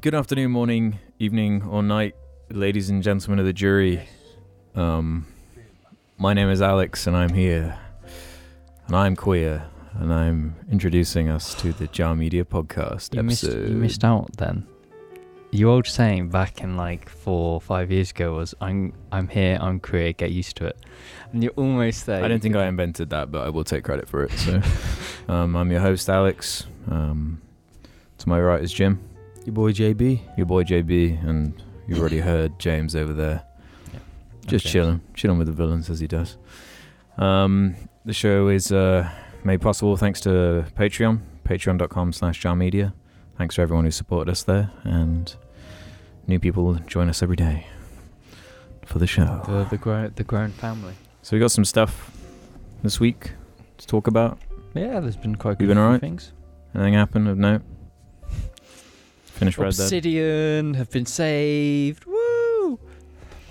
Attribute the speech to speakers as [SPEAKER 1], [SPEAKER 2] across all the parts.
[SPEAKER 1] Good afternoon, morning, evening, or night, ladies and gentlemen of the jury. Um, my name is Alex, and I'm here, and I'm queer, and I'm introducing us to the Jar Media podcast
[SPEAKER 2] You missed,
[SPEAKER 1] episode.
[SPEAKER 2] you missed out then. Your old saying back in like four or five years ago was, I'm I'm here, I'm queer, get used to it. And you're almost there.
[SPEAKER 1] I don't think I invented that, but I will take credit for it. So, um, I'm your host, Alex. Um, to my right is Jim,
[SPEAKER 3] Your boy JB.
[SPEAKER 1] your boy JB, and you've already heard James over there. Just
[SPEAKER 2] Okay.
[SPEAKER 1] chilling, chilling with the villains as he does. Um, the show is uh, made possible thanks to Patreon, patreon.com slash jarmedia. Thanks to everyone who supported us there, and new people join us every day for the show.
[SPEAKER 2] The, the, grown, the grown family.
[SPEAKER 1] So we got some stuff this week to talk about.
[SPEAKER 2] Yeah, there's been quite
[SPEAKER 1] You
[SPEAKER 2] good
[SPEAKER 1] been
[SPEAKER 2] few
[SPEAKER 1] alright?
[SPEAKER 2] things.
[SPEAKER 1] Anything happen of note? Finish Red Dead.
[SPEAKER 2] Obsidian have been saved. Woo!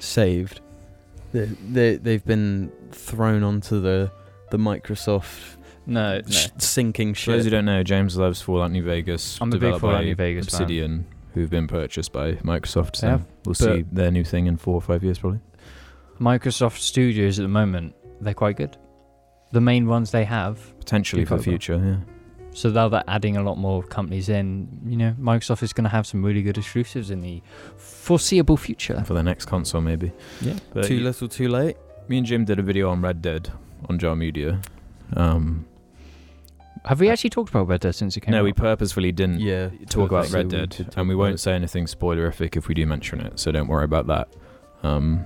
[SPEAKER 3] Saved. They, they, they've been thrown onto the, the Microsoft
[SPEAKER 2] No, no.
[SPEAKER 3] sh- sinking
[SPEAKER 1] For those who
[SPEAKER 3] ship.
[SPEAKER 1] don't know, James loves Fallout New Vegas,
[SPEAKER 2] I'm a big
[SPEAKER 1] developed
[SPEAKER 2] Fallout
[SPEAKER 1] by
[SPEAKER 2] New Vegas fan.
[SPEAKER 1] Obsidian, who've been purchased by Microsoft. So
[SPEAKER 2] They have,
[SPEAKER 1] we'll see their new thing in four or five years, probably.
[SPEAKER 2] Microsoft Studios at the moment, they're quite good. The main ones they have.
[SPEAKER 1] Potentially
[SPEAKER 2] Do
[SPEAKER 1] for the
[SPEAKER 2] quite well.
[SPEAKER 1] future, yeah.
[SPEAKER 2] So now they're adding a lot more companies in. You know, Microsoft is going to have some really good exclusives in the foreseeable future.
[SPEAKER 1] For the next console, maybe.
[SPEAKER 2] Yeah.
[SPEAKER 1] But
[SPEAKER 3] Too
[SPEAKER 1] y-
[SPEAKER 3] little, too late.
[SPEAKER 1] me and Jim did a video on Red Dead on Jar Media. Um,
[SPEAKER 2] Have we actually talked about Red Dead since it came
[SPEAKER 1] Uh, no,
[SPEAKER 2] out?
[SPEAKER 1] we purposefully didn't
[SPEAKER 3] Yeah.
[SPEAKER 1] Mm. talk about
[SPEAKER 3] Obviously,
[SPEAKER 1] Red
[SPEAKER 3] we
[SPEAKER 1] Dead,
[SPEAKER 3] did talk
[SPEAKER 1] and we
[SPEAKER 3] about
[SPEAKER 1] won't
[SPEAKER 3] it.
[SPEAKER 1] say anything spoilerific if we do mention it, so don't worry about that. Um,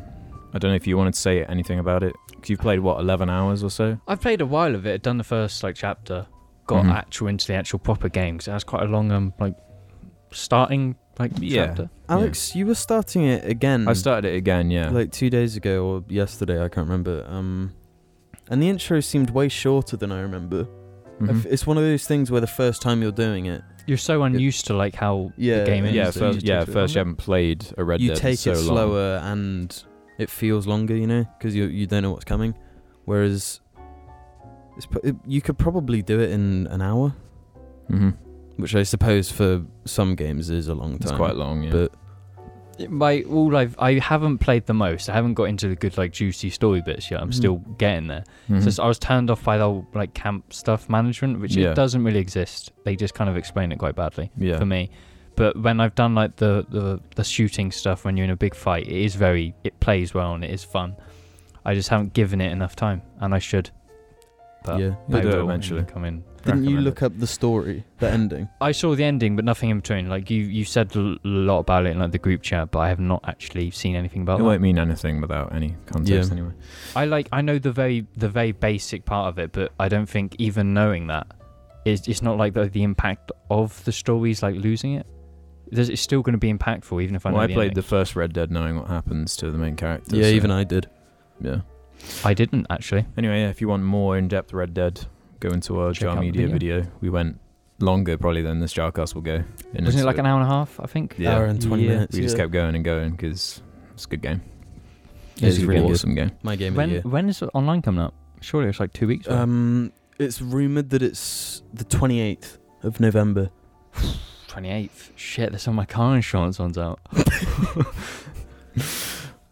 [SPEAKER 1] I don't know if you wanted to say anything about it. 'cause You've played, what, 11 hours or so?
[SPEAKER 2] I've played a while of it. Done the first like chapter. Got
[SPEAKER 1] Mhm.
[SPEAKER 2] actual into the actual proper game because that's quite a long um like starting like
[SPEAKER 1] Yeah.
[SPEAKER 2] chapter.
[SPEAKER 3] Alex, you were starting it again.
[SPEAKER 1] I started it again, yeah.
[SPEAKER 3] Hmm. like two days ago or yesterday. I can't remember. Um, and the intro seemed way shorter than I remember.
[SPEAKER 1] Mhm.
[SPEAKER 3] I f- It's one of those things where the first time you're doing it,
[SPEAKER 2] You're so unused to like how
[SPEAKER 3] Yeah,
[SPEAKER 2] the game ends.
[SPEAKER 1] yeah,
[SPEAKER 3] so
[SPEAKER 2] that you
[SPEAKER 1] first,
[SPEAKER 2] just
[SPEAKER 1] yeah,
[SPEAKER 2] take to it.
[SPEAKER 1] first you haven't played a Red
[SPEAKER 3] you
[SPEAKER 1] Dead in
[SPEAKER 3] take
[SPEAKER 1] so
[SPEAKER 3] it
[SPEAKER 1] long.
[SPEAKER 3] slower and it feels longer, you know, because you you don't know what's coming. Whereas, it's, pro- it, you could probably do it in an hour,
[SPEAKER 1] Mhm.
[SPEAKER 3] which I suppose for some games is a long time.
[SPEAKER 1] It's quite long, yeah.
[SPEAKER 3] but
[SPEAKER 2] my all I've I haven't played the most. I haven't got into the good like juicy story bits yet. I'm
[SPEAKER 1] Mm-hmm.
[SPEAKER 3] Mhm.
[SPEAKER 2] still getting there.
[SPEAKER 1] Mhm.
[SPEAKER 2] So it's- I was turned off by the whole, like camp stuff management, which
[SPEAKER 1] Yeah.
[SPEAKER 2] it doesn't really exist. They just kind of explain it quite badly
[SPEAKER 1] yeah.
[SPEAKER 2] for me. But when I've done like the, the the shooting stuff, when you're in a big fight, it is very it plays well and it is fun. I just haven't given it enough time, and I should. But
[SPEAKER 3] yeah,
[SPEAKER 1] You'll
[SPEAKER 2] I
[SPEAKER 1] do it
[SPEAKER 2] will
[SPEAKER 1] eventually.
[SPEAKER 2] Come in.
[SPEAKER 3] didn't you
[SPEAKER 1] recommend
[SPEAKER 3] look up the story, the ending?
[SPEAKER 2] I saw the ending, but nothing in between. Like you, you said a lot about it in like the group chat, but I have not actually seen anything about
[SPEAKER 1] It
[SPEAKER 2] that.
[SPEAKER 1] won't mean anything without any context,
[SPEAKER 3] Yeah.
[SPEAKER 1] anyway.
[SPEAKER 2] I like I know the very the very basic part of it, but I don't think even knowing that is it's not like the, the impact of the stories like losing it. There's, it's still going to be impactful even if I
[SPEAKER 1] Well,
[SPEAKER 2] know
[SPEAKER 1] I
[SPEAKER 2] the
[SPEAKER 1] played
[SPEAKER 2] ending.
[SPEAKER 1] the first Red Dead knowing what happens to the main character.
[SPEAKER 3] yeah,
[SPEAKER 1] so-
[SPEAKER 3] even I did.
[SPEAKER 1] Yeah.
[SPEAKER 2] I didn't actually.
[SPEAKER 1] Anyway, yeah, if you want more in depth Red Dead, go into our
[SPEAKER 2] Check
[SPEAKER 1] Jar
[SPEAKER 2] out the
[SPEAKER 1] Media video. We went longer probably than this Jarcast will go. in
[SPEAKER 2] Wasn't
[SPEAKER 1] its-
[SPEAKER 2] it like an hour and a half? I think.
[SPEAKER 1] Yeah.
[SPEAKER 3] Hour and twenty
[SPEAKER 2] Yeah.
[SPEAKER 3] minutes.
[SPEAKER 1] We just
[SPEAKER 3] yeah.
[SPEAKER 1] kept going and going because it's a good game.
[SPEAKER 3] Yeah,
[SPEAKER 1] It's
[SPEAKER 3] it's
[SPEAKER 1] a
[SPEAKER 3] really
[SPEAKER 1] really
[SPEAKER 3] good.
[SPEAKER 1] awesome game.
[SPEAKER 3] my game
[SPEAKER 2] When
[SPEAKER 3] of the
[SPEAKER 2] when is it online coming up? Surely it's like two weeks.
[SPEAKER 3] year.
[SPEAKER 2] away.
[SPEAKER 3] Um, it's rumored that it's the twenty eighth of November.
[SPEAKER 2] 28th. Shit, that's when my car insurance runs out.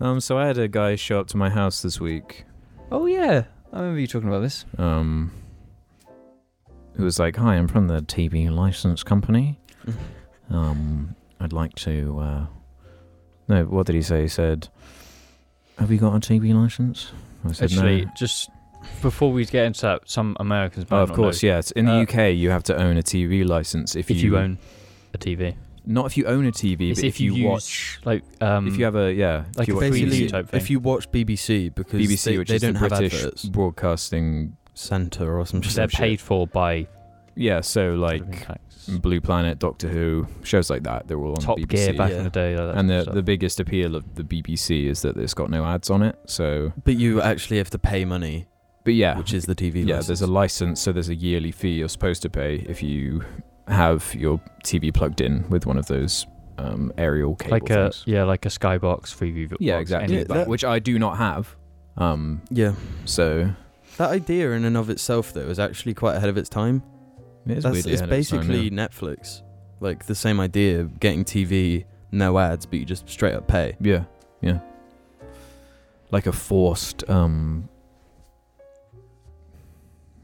[SPEAKER 1] Um, so I had a guy show up to my house this week.
[SPEAKER 2] Oh yeah, I remember you talking about this.
[SPEAKER 1] Um, who was like, "Hi, I'm from the TV license company. Um, I'd like to. Uh, no, what did he say? He said, "Have you got a TV license?" I said,
[SPEAKER 2] Actually,
[SPEAKER 1] "No."
[SPEAKER 2] just before we get into that, some Americans. might
[SPEAKER 1] Oh, of
[SPEAKER 2] not know,
[SPEAKER 1] course, yes. In the
[SPEAKER 2] Uh,
[SPEAKER 1] UK, you have to own a TV license if,
[SPEAKER 2] If you own a TV,
[SPEAKER 1] not if you own a TV,
[SPEAKER 2] It's
[SPEAKER 1] but if, you,
[SPEAKER 2] use,
[SPEAKER 1] watch,
[SPEAKER 2] like um,
[SPEAKER 1] if you have a yeah,
[SPEAKER 2] like
[SPEAKER 1] if you
[SPEAKER 2] a
[SPEAKER 1] watch
[SPEAKER 2] free
[SPEAKER 3] Basically,
[SPEAKER 2] type thing.
[SPEAKER 3] if you watch BBC because
[SPEAKER 1] BBC,
[SPEAKER 3] they,
[SPEAKER 1] which
[SPEAKER 3] they
[SPEAKER 1] is
[SPEAKER 3] don't
[SPEAKER 1] the
[SPEAKER 3] have
[SPEAKER 1] British
[SPEAKER 3] adverts,
[SPEAKER 1] broadcasting,
[SPEAKER 3] Centre or some shit.
[SPEAKER 2] they're paid for by
[SPEAKER 1] yeah. So
[SPEAKER 2] television
[SPEAKER 1] like
[SPEAKER 2] tax.
[SPEAKER 1] Blue Planet, Doctor Who, shows like that, they're all on
[SPEAKER 2] Top
[SPEAKER 1] BBC.
[SPEAKER 2] Gear back
[SPEAKER 3] yeah.
[SPEAKER 2] in the day. Like that
[SPEAKER 1] and
[SPEAKER 2] sort
[SPEAKER 1] the
[SPEAKER 2] of stuff.
[SPEAKER 1] the biggest appeal of the BBC is that it's got no ads on it. So,
[SPEAKER 3] But you actually have to pay money,
[SPEAKER 1] but yeah,
[SPEAKER 3] which is the TV.
[SPEAKER 1] yeah.
[SPEAKER 3] license.
[SPEAKER 1] There's a license, so there's a yearly fee you're supposed to pay if you have your TV plugged in with one of those um, aerial cable
[SPEAKER 2] like a
[SPEAKER 1] things.
[SPEAKER 2] yeah, like a Skybox freeview.
[SPEAKER 1] yeah,
[SPEAKER 2] box,
[SPEAKER 1] exactly.
[SPEAKER 2] any
[SPEAKER 3] Yeah,
[SPEAKER 2] of that.
[SPEAKER 3] that-
[SPEAKER 1] which I do not have. Um,
[SPEAKER 3] yeah.
[SPEAKER 1] so
[SPEAKER 3] That idea in and of itself, though, is actually quite ahead of its time.
[SPEAKER 1] it is
[SPEAKER 3] That's-
[SPEAKER 1] weirdly
[SPEAKER 3] it's
[SPEAKER 1] ahead of its time, yeah.
[SPEAKER 3] basically Netflix. Like the same idea, getting TV, no ads, but you just straight up pay.
[SPEAKER 1] Yeah, yeah. Like a forced um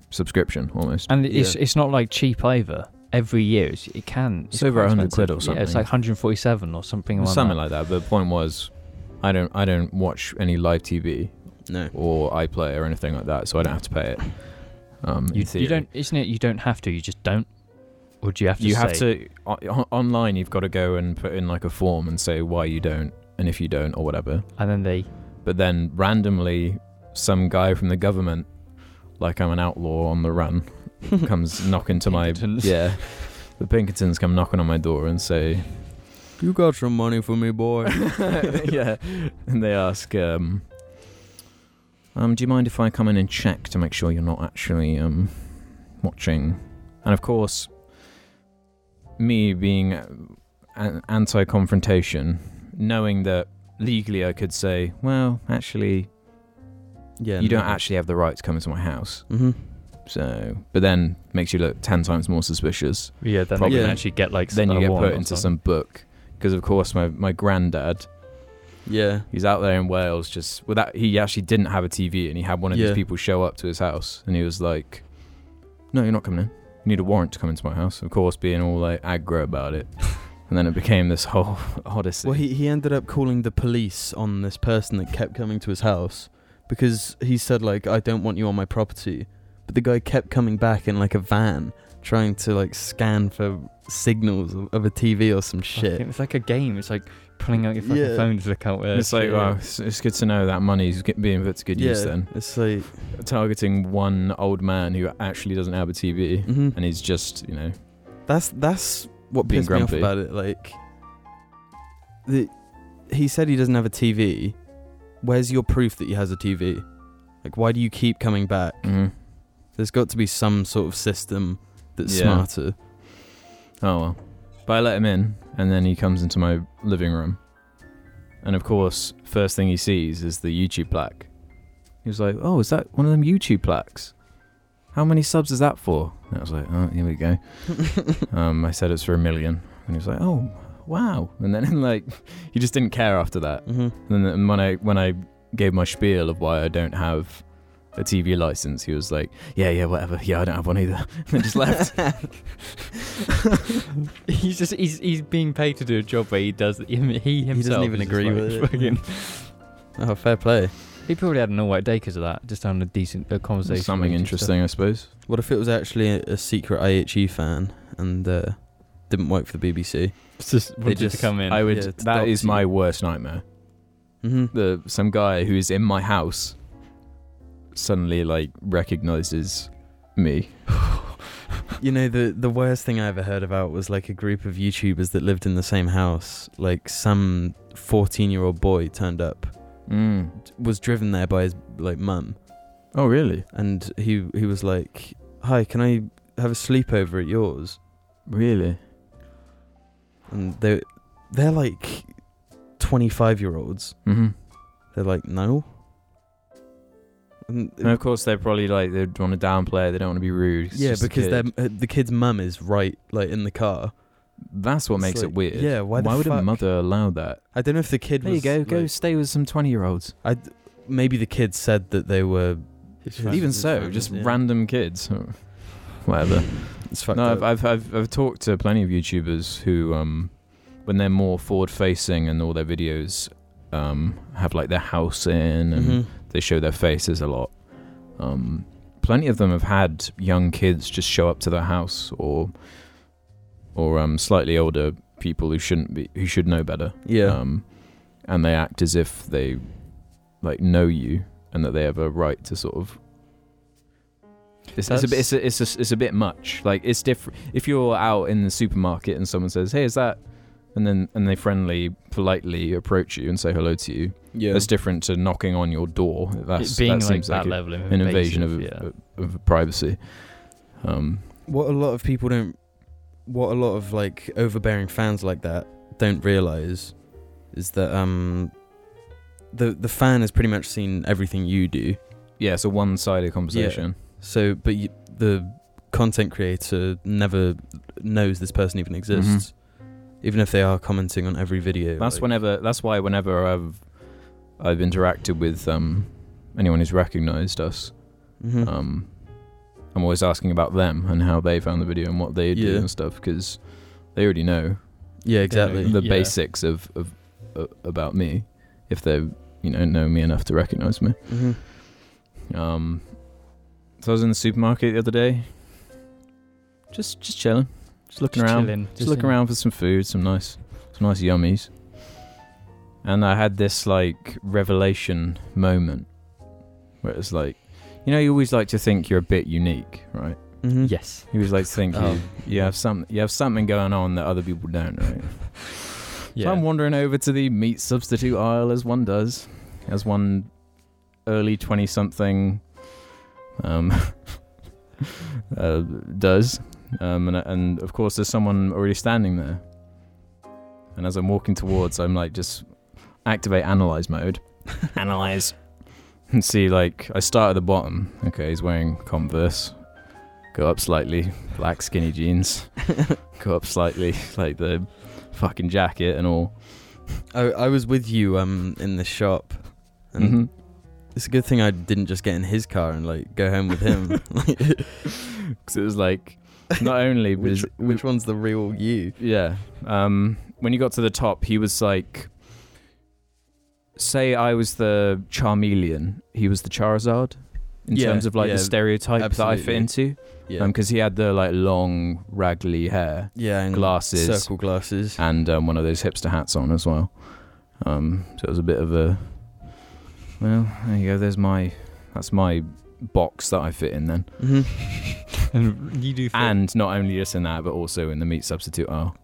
[SPEAKER 1] subscription almost.
[SPEAKER 2] And it's
[SPEAKER 3] Yeah.
[SPEAKER 2] it's not like cheap either. Every year it's, it can.
[SPEAKER 1] It's over
[SPEAKER 2] quite
[SPEAKER 1] 100
[SPEAKER 2] expensive.
[SPEAKER 1] quid or
[SPEAKER 2] Yeah, it's
[SPEAKER 1] something.
[SPEAKER 2] like 147 or something. around
[SPEAKER 1] Something
[SPEAKER 2] that.
[SPEAKER 1] like that. But the point was I don't I don't watch any live TV
[SPEAKER 3] No.
[SPEAKER 1] or iPlayer or anything like that, so I don't have to pay it. Um in
[SPEAKER 2] You, you
[SPEAKER 1] theory.
[SPEAKER 2] don't, isn't it? You don't have to. You just don't. Or do you have to?
[SPEAKER 1] you
[SPEAKER 2] say,
[SPEAKER 1] have to o- o- online you've got to go and put in like a form and say why you don't and if you don't or whatever.
[SPEAKER 2] And then they.
[SPEAKER 1] But then randomly some guy from the government like I'm an outlaw on the run comes knocking to my
[SPEAKER 2] Pinkertons.
[SPEAKER 1] yeah. The Pinkertons come knocking on my door and say,
[SPEAKER 3] You got some money for me, boy.
[SPEAKER 1] yeah, and they ask, um, um, do you mind if I come in and check to make sure you're not actually um, watching? And of course, me being uh, an- anti-confrontation, knowing that legally I could say, well, actually,
[SPEAKER 3] yeah.
[SPEAKER 1] you don't actually have the right to come into my house.
[SPEAKER 3] hmm
[SPEAKER 1] So, but then makes you look ten times more suspicious.
[SPEAKER 2] Yeah, then
[SPEAKER 1] Probably.
[SPEAKER 2] they can
[SPEAKER 3] Yeah.
[SPEAKER 2] actually get like.
[SPEAKER 1] then
[SPEAKER 2] a
[SPEAKER 1] you get
[SPEAKER 2] warrant
[SPEAKER 1] put
[SPEAKER 2] or
[SPEAKER 1] into
[SPEAKER 2] something.
[SPEAKER 1] some book because, of course, my my granddad
[SPEAKER 3] Yeah.
[SPEAKER 1] He's out there in Wales, just without. He actually didn't have a TV, and he had one of
[SPEAKER 3] Yeah.
[SPEAKER 1] these people show up to his house, and he was like, "No, you're not coming in. You need a warrant to come into my house." Of course, being all like aggro about it, and then it became this whole odyssey.
[SPEAKER 3] Well, he, he ended up calling the police on this person that kept coming to his house because he said, like, I don't want you on my property. But the guy kept coming back in, like, a van trying to, like, scan for signals of, of a TV or some
[SPEAKER 2] Fucking-
[SPEAKER 3] shit.
[SPEAKER 2] It's like a game. It's like pulling out your fucking
[SPEAKER 3] Yeah.
[SPEAKER 2] phone to look out where.
[SPEAKER 1] it's like,
[SPEAKER 3] yeah.
[SPEAKER 1] well, it's, it's good to know that money's get- being put to good use. Then
[SPEAKER 3] It's like,
[SPEAKER 1] targeting one old man who actually doesn't have a TV,
[SPEAKER 3] mhm.
[SPEAKER 1] and he's just, you know,
[SPEAKER 3] That's that's what
[SPEAKER 1] Being
[SPEAKER 3] pissed
[SPEAKER 1] grumpy.
[SPEAKER 3] me off about it. Like, the he said he doesn't have a TV. Where's your proof that he has a TV? Like, why do you keep coming back? There's got to be some sort of system that's
[SPEAKER 1] Yeah.
[SPEAKER 3] smarter.
[SPEAKER 1] Oh well. But I let him in, and then he comes into my living room. And of course, first thing he sees is the YouTube plaque. He was like, Oh, is that one of them YouTube plaques? How many subs is that for? And I was like, Oh, here we go. um, I said it's for a million. And he was like, Oh, wow. And then, like, he just didn't care after that.
[SPEAKER 3] hmm
[SPEAKER 1] And then um, when I when I gave my spiel of why I don't have a TV license, he was like, "Yeah, yeah, whatever. Yeah, I don't have one either." and just left.
[SPEAKER 2] he's just he's he's being paid to do a job where he does he himself.
[SPEAKER 3] even
[SPEAKER 2] is just
[SPEAKER 3] agree
[SPEAKER 2] like
[SPEAKER 3] with it.
[SPEAKER 2] fucking-
[SPEAKER 3] Oh, fair play.
[SPEAKER 2] he probably had an all white day because of that. Just having a decent uh conversation.
[SPEAKER 1] Something
[SPEAKER 2] with you and stuff.
[SPEAKER 1] interesting, I suppose.
[SPEAKER 3] What if it was actually a, a secret IHE fan and uh, didn't work for the BBC?
[SPEAKER 2] Just wanted
[SPEAKER 3] just-
[SPEAKER 2] to come in.
[SPEAKER 1] I would.
[SPEAKER 3] yeah, it's
[SPEAKER 1] that is
[SPEAKER 3] dodgy.
[SPEAKER 1] my worst nightmare.
[SPEAKER 3] hmm
[SPEAKER 1] The some guy who is in my house suddenly like recognizes me.
[SPEAKER 3] You know the the worst thing I ever heard about was like a group of YouTubers that lived in the same house. Like some fourteen year old boy turned up,
[SPEAKER 1] Mm.
[SPEAKER 3] was driven there by his like mum,
[SPEAKER 1] Oh, really?
[SPEAKER 3] and he he was like, "Hi, can I have a sleepover at yours?"
[SPEAKER 1] Really?
[SPEAKER 3] And they they're like twenty five year olds.
[SPEAKER 1] hmm
[SPEAKER 3] They're like, "No." And,
[SPEAKER 1] And of course, they're probably like they want to downplay. it, They don't want to be rude. It's
[SPEAKER 3] yeah,
[SPEAKER 1] just a
[SPEAKER 3] because
[SPEAKER 1] kid.
[SPEAKER 3] their uh, the kid's mum is right like in the car.
[SPEAKER 1] that's what
[SPEAKER 3] It's
[SPEAKER 1] makes it
[SPEAKER 3] like,
[SPEAKER 1] weird.
[SPEAKER 3] yeah, why the
[SPEAKER 1] would a
[SPEAKER 3] fuck-
[SPEAKER 1] mother allow that?
[SPEAKER 3] I don't know if the kid
[SPEAKER 1] There you
[SPEAKER 3] was
[SPEAKER 1] go. Go
[SPEAKER 3] like-
[SPEAKER 1] stay with some twenty-year-olds.
[SPEAKER 3] maybe the kid said that they were
[SPEAKER 2] Friends
[SPEAKER 1] Even
[SPEAKER 3] with
[SPEAKER 1] so,
[SPEAKER 3] friends,
[SPEAKER 1] just
[SPEAKER 3] yeah.
[SPEAKER 1] random kids. Whatever.
[SPEAKER 3] It's fucked
[SPEAKER 1] no,
[SPEAKER 3] up.
[SPEAKER 1] I've, I've, I've, I've talked to plenty of YouTubers who, um, when they're more forward facing and all their videos um, have like their house in and
[SPEAKER 3] Mhm.
[SPEAKER 1] they show their faces a lot, um, plenty of them have had young kids just show up to their house or or um, slightly older people who shouldn't be who should know better
[SPEAKER 3] Yeah.
[SPEAKER 1] um, and they act as if they like know you and that they have a right to sort of. It's, it's a bit.
[SPEAKER 2] That's-
[SPEAKER 1] It's a, it's, a, it's a bit much. Like it's different. If you're out in the supermarket and someone says, "Hey, is that," and then and they friendly, politely approach you and say hello to you,
[SPEAKER 3] yeah.
[SPEAKER 1] that's different to knocking on your door. That's
[SPEAKER 2] it being
[SPEAKER 1] that
[SPEAKER 2] like
[SPEAKER 1] seems
[SPEAKER 2] that
[SPEAKER 1] like a-
[SPEAKER 2] level of
[SPEAKER 1] an invasion of,
[SPEAKER 2] invasive, yeah.
[SPEAKER 1] of, of privacy. Um,
[SPEAKER 3] what a lot of people don't what a lot of like overbearing fans like that don't realize is that um the the fan has pretty much seen everything you do.
[SPEAKER 1] yeah, it's a one-sided conversation.
[SPEAKER 3] So but you, the content creator never knows this person even exists, even if they are commenting on every video.
[SPEAKER 1] That's
[SPEAKER 3] like-
[SPEAKER 1] whenever. That's why whenever I've I've interacted with um, anyone who's recognised us,
[SPEAKER 3] Mhm.
[SPEAKER 1] um, I'm always asking about them and how they found the video and what they do
[SPEAKER 3] Yeah.
[SPEAKER 1] and stuff because they already know
[SPEAKER 3] yeah, exactly.
[SPEAKER 1] the
[SPEAKER 2] Yeah.
[SPEAKER 1] basics of, of uh, about me if they you know know me enough to recognise me.
[SPEAKER 3] Mhm.
[SPEAKER 1] Um, so I was in the supermarket the other day, just just chilling, just looking
[SPEAKER 2] Just
[SPEAKER 1] around,
[SPEAKER 2] chilling,
[SPEAKER 1] just looking
[SPEAKER 2] in-
[SPEAKER 1] around for some food, some nice, some nice yummies. And I had this like revelation moment where it was like, you know, you always like to think you're a bit unique, right?
[SPEAKER 3] Mhm.
[SPEAKER 2] Yes. Um,
[SPEAKER 1] You always like to think
[SPEAKER 3] Oh.
[SPEAKER 1] you, you have some, you have something going on that other people don't, right? So I'm wandering over to the meat substitute aisle as one does, as one early 20 something um, uh, does. Um, and, and of course, there's someone already standing there. And as I'm walking towards, I'm like, just activate analyze mode. analyze. And see, like, I start at the bottom. Okay, he's wearing Converse. Go up slightly, black skinny jeans. Go up slightly, like the fucking jacket and all.
[SPEAKER 3] I, I was with you um in the shop, and
[SPEAKER 1] Mhm.
[SPEAKER 3] it's a good thing I didn't just get in his car and like go home with him.
[SPEAKER 1] because it was like not only was
[SPEAKER 3] which which one's the real you?
[SPEAKER 1] yeah um when you got to the top he was like say i was the charmeleon he was the charizard in
[SPEAKER 3] Yeah,
[SPEAKER 1] terms of like
[SPEAKER 3] yeah,
[SPEAKER 1] the stereotype that i fit
[SPEAKER 3] absolutely.
[SPEAKER 1] into
[SPEAKER 3] Yeah,
[SPEAKER 1] because he had the like long raggly hair
[SPEAKER 3] yeah, and
[SPEAKER 1] glasses
[SPEAKER 3] circle glasses.
[SPEAKER 1] and um, one of those hipster hats on as well um so it was a bit of a well there you go there's my that's my box that i fit in then
[SPEAKER 3] hmm
[SPEAKER 2] And you do.
[SPEAKER 1] and not only just in that but also in the meat substitute aisle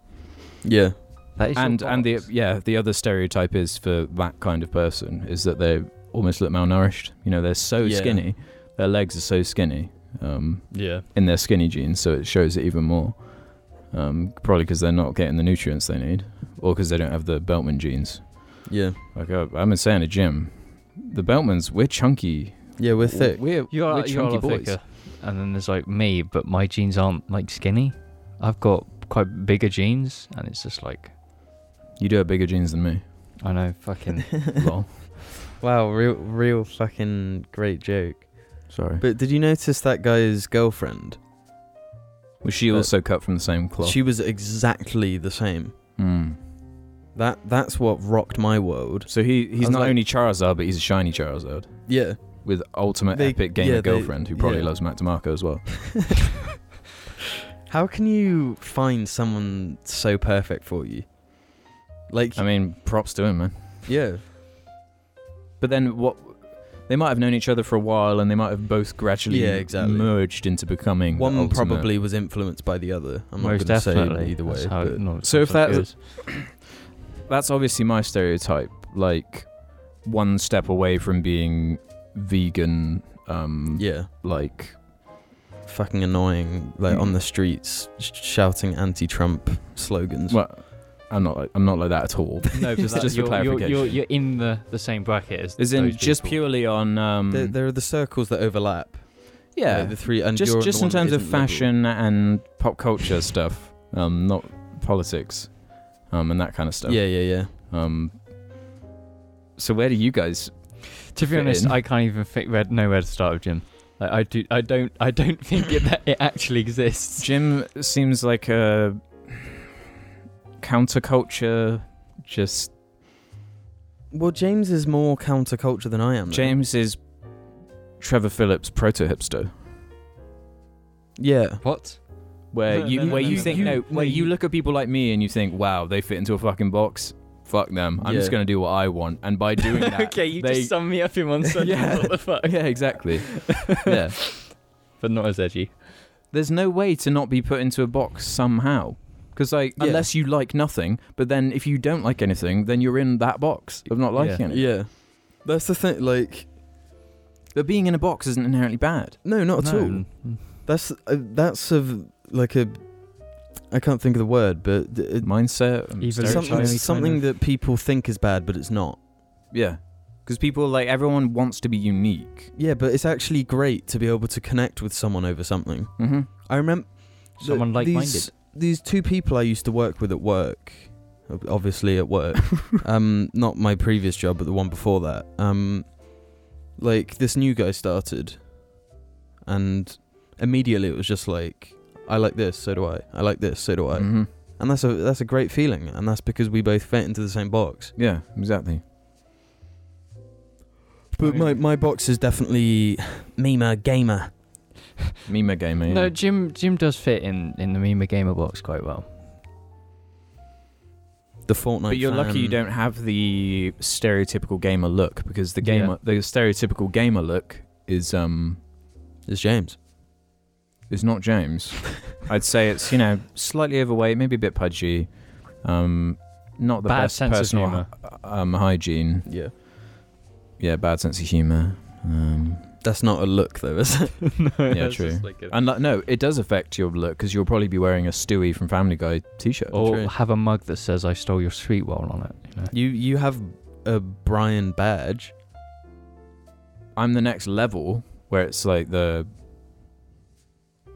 [SPEAKER 3] Yeah,
[SPEAKER 2] that is your
[SPEAKER 1] and and the
[SPEAKER 2] box.
[SPEAKER 1] yeah the other stereotype is for that kind of person is that they almost look malnourished you know they're so
[SPEAKER 3] Yeah.
[SPEAKER 1] skinny their legs are so skinny um,
[SPEAKER 2] yeah.
[SPEAKER 1] in their skinny jeans so it shows it even more um, probably because they're not getting the nutrients they need or because they don't have the beltman jeans
[SPEAKER 3] yeah,
[SPEAKER 1] like uh, I, i've been saying a gym the beltmans we're chunky
[SPEAKER 3] yeah. We're thick.
[SPEAKER 1] we're,
[SPEAKER 2] You are
[SPEAKER 1] we're
[SPEAKER 2] you are a
[SPEAKER 1] chunky
[SPEAKER 2] lot
[SPEAKER 1] boys
[SPEAKER 2] thicker. And then there's like me, but my jeans aren't like skinny. I've got quite bigger jeans, and it's just like
[SPEAKER 1] you do have bigger jeans than me
[SPEAKER 2] I know, fucking.
[SPEAKER 1] lol
[SPEAKER 3] Wow, real, real fucking great joke.
[SPEAKER 1] sorry
[SPEAKER 3] But did you notice that guy's girlfriend?
[SPEAKER 1] was she
[SPEAKER 3] but-
[SPEAKER 1] also cut from the same cloth
[SPEAKER 3] She was exactly the same.
[SPEAKER 1] Mm.
[SPEAKER 3] That that's what rocked my world.
[SPEAKER 1] so he,
[SPEAKER 3] I was
[SPEAKER 1] he's not
[SPEAKER 3] like-
[SPEAKER 1] only charizard but he's a shiny charizard
[SPEAKER 3] Yeah,
[SPEAKER 1] with ultimate
[SPEAKER 3] They-
[SPEAKER 1] epic gamer
[SPEAKER 3] yeah, they-
[SPEAKER 1] girlfriend who probably
[SPEAKER 3] yeah.
[SPEAKER 1] loves Matt DeMarco as well.
[SPEAKER 3] How can you find someone so perfect for you? Like,
[SPEAKER 1] I mean, props to him, man.
[SPEAKER 3] yeah,
[SPEAKER 1] But then what? They might have known each other for a while, and they might have both gradually
[SPEAKER 3] Yeah, exactly.
[SPEAKER 1] merged into becoming the
[SPEAKER 3] one
[SPEAKER 1] ultimate-
[SPEAKER 3] probably was influenced by the other. I'm not
[SPEAKER 2] most
[SPEAKER 3] going to say
[SPEAKER 2] definitely.
[SPEAKER 3] either way.
[SPEAKER 2] That's how it
[SPEAKER 3] but-
[SPEAKER 2] nor-
[SPEAKER 1] So if
[SPEAKER 2] that's how it
[SPEAKER 1] that-
[SPEAKER 2] goes.
[SPEAKER 1] That's obviously my stereotype. Like one step away from being vegan, um,
[SPEAKER 3] yeah,
[SPEAKER 1] like
[SPEAKER 3] fucking annoying. Like
[SPEAKER 1] Hmm.
[SPEAKER 3] on the streets, sh- shouting anti-Trump slogans.
[SPEAKER 1] well, I'm not. Like, I'm not like that at all.
[SPEAKER 2] no,
[SPEAKER 1] just-
[SPEAKER 2] that-
[SPEAKER 1] just for
[SPEAKER 2] you're, you're-
[SPEAKER 1] clarification.
[SPEAKER 2] You're, you're in the, the same bracket as.
[SPEAKER 1] As in,
[SPEAKER 2] those
[SPEAKER 1] just
[SPEAKER 2] people.
[SPEAKER 1] purely on. Um,
[SPEAKER 3] there, there are the circles that overlap.
[SPEAKER 1] yeah,
[SPEAKER 3] like the three. And
[SPEAKER 1] just
[SPEAKER 3] you're
[SPEAKER 1] just in
[SPEAKER 3] the one that
[SPEAKER 1] terms of
[SPEAKER 3] isn't liberal.
[SPEAKER 1] fashion and pop culture stuff, um, not politics, um, and that kind of stuff.
[SPEAKER 3] Yeah, yeah, yeah.
[SPEAKER 1] Um, so where do you guys?
[SPEAKER 2] To be
[SPEAKER 1] fit
[SPEAKER 2] honest,
[SPEAKER 1] in.
[SPEAKER 2] I can't even think where, know where to start with Jim. Like, I do. I don't. I don't think it, that it actually exists.
[SPEAKER 1] Jim seems like a counterculture. Just
[SPEAKER 3] Well, James is more counterculture than I am. though.
[SPEAKER 1] James is Trevor Phillips proto hipster.
[SPEAKER 3] Yeah.
[SPEAKER 2] What?
[SPEAKER 1] Where
[SPEAKER 3] No,
[SPEAKER 1] you
[SPEAKER 3] no, no,
[SPEAKER 1] where
[SPEAKER 3] no,
[SPEAKER 1] you
[SPEAKER 3] no,
[SPEAKER 1] think
[SPEAKER 3] no.
[SPEAKER 1] no,
[SPEAKER 3] You-
[SPEAKER 1] where
[SPEAKER 3] no,
[SPEAKER 1] you
[SPEAKER 3] you-
[SPEAKER 1] look at people like me and you think, wow, they fit into a fucking box. Fuck them. I'm
[SPEAKER 3] Yeah.
[SPEAKER 1] just gonna do what I want, and by doing that,
[SPEAKER 2] okay, you
[SPEAKER 1] they-
[SPEAKER 2] just summed me up in one sentence.
[SPEAKER 1] Yeah.
[SPEAKER 2] What the fuck?
[SPEAKER 1] yeah, exactly. Yeah.
[SPEAKER 2] But not as edgy.
[SPEAKER 1] there's no way to not be put into a box somehow. Because like,
[SPEAKER 3] Yeah.
[SPEAKER 1] unless you like nothing, but then if you don't like anything, then you're in that box of not liking it.
[SPEAKER 3] Yeah. That's the thing. Like,
[SPEAKER 1] But being in a box isn't inherently bad.
[SPEAKER 3] no, not at all.
[SPEAKER 2] no. Mm.
[SPEAKER 3] That's uh, that's of like a. I can't think of the word, but d- it,
[SPEAKER 1] Mindset, and
[SPEAKER 2] Even-
[SPEAKER 1] stereotypes.
[SPEAKER 3] something,
[SPEAKER 2] stereotype.
[SPEAKER 3] something that people think is bad, but it's not.
[SPEAKER 1] yeah. Because people like everyone wants to be unique.
[SPEAKER 3] Yeah, but it's actually great to be able to connect with someone over something.
[SPEAKER 1] Mm-hmm.
[SPEAKER 3] I remember
[SPEAKER 2] Someone like-minded.
[SPEAKER 3] these two people I used to work with at work, ob- obviously at work, um, not my previous job, but the one before that. Um, like this new guy started, and immediately it was just like, I like this, so do I. I like this, so do I.
[SPEAKER 1] Mhm.
[SPEAKER 3] And that's a that's a great feeling, and that's because we both fit into the same box.
[SPEAKER 1] Yeah, exactly.
[SPEAKER 3] But my, my box is definitely memer gamer.
[SPEAKER 1] Mima gamer. Yeah.
[SPEAKER 2] No, Jim Jim does fit in in the Mima Gamer box quite well.
[SPEAKER 3] The Fortnite.
[SPEAKER 1] but you're lucky you
[SPEAKER 2] um,
[SPEAKER 3] fan.
[SPEAKER 1] don't have the stereotypical gamer look because the
[SPEAKER 2] Yeah.
[SPEAKER 1] gamer, the stereotypical gamer look is um
[SPEAKER 3] It's James.
[SPEAKER 1] is not James. I'd say it's you know slightly overweight, maybe a bit pudgy, um, not the
[SPEAKER 2] Bad
[SPEAKER 1] best
[SPEAKER 2] sense of
[SPEAKER 1] personal
[SPEAKER 2] humour.
[SPEAKER 1] hy- um, hygiene.
[SPEAKER 3] Yeah.
[SPEAKER 1] Yeah, bad sense of humor. Um,
[SPEAKER 3] That's not a look though, is it?
[SPEAKER 1] yeah, true. And like, no, it does affect your look because you'll probably be wearing a Stewie from Family Guy t-shirt.
[SPEAKER 2] Or
[SPEAKER 3] True.
[SPEAKER 2] have a mug that says "I stole your sweet roll" on it. You know?
[SPEAKER 3] You you have a Brian badge.
[SPEAKER 1] I'm the next level where it's like the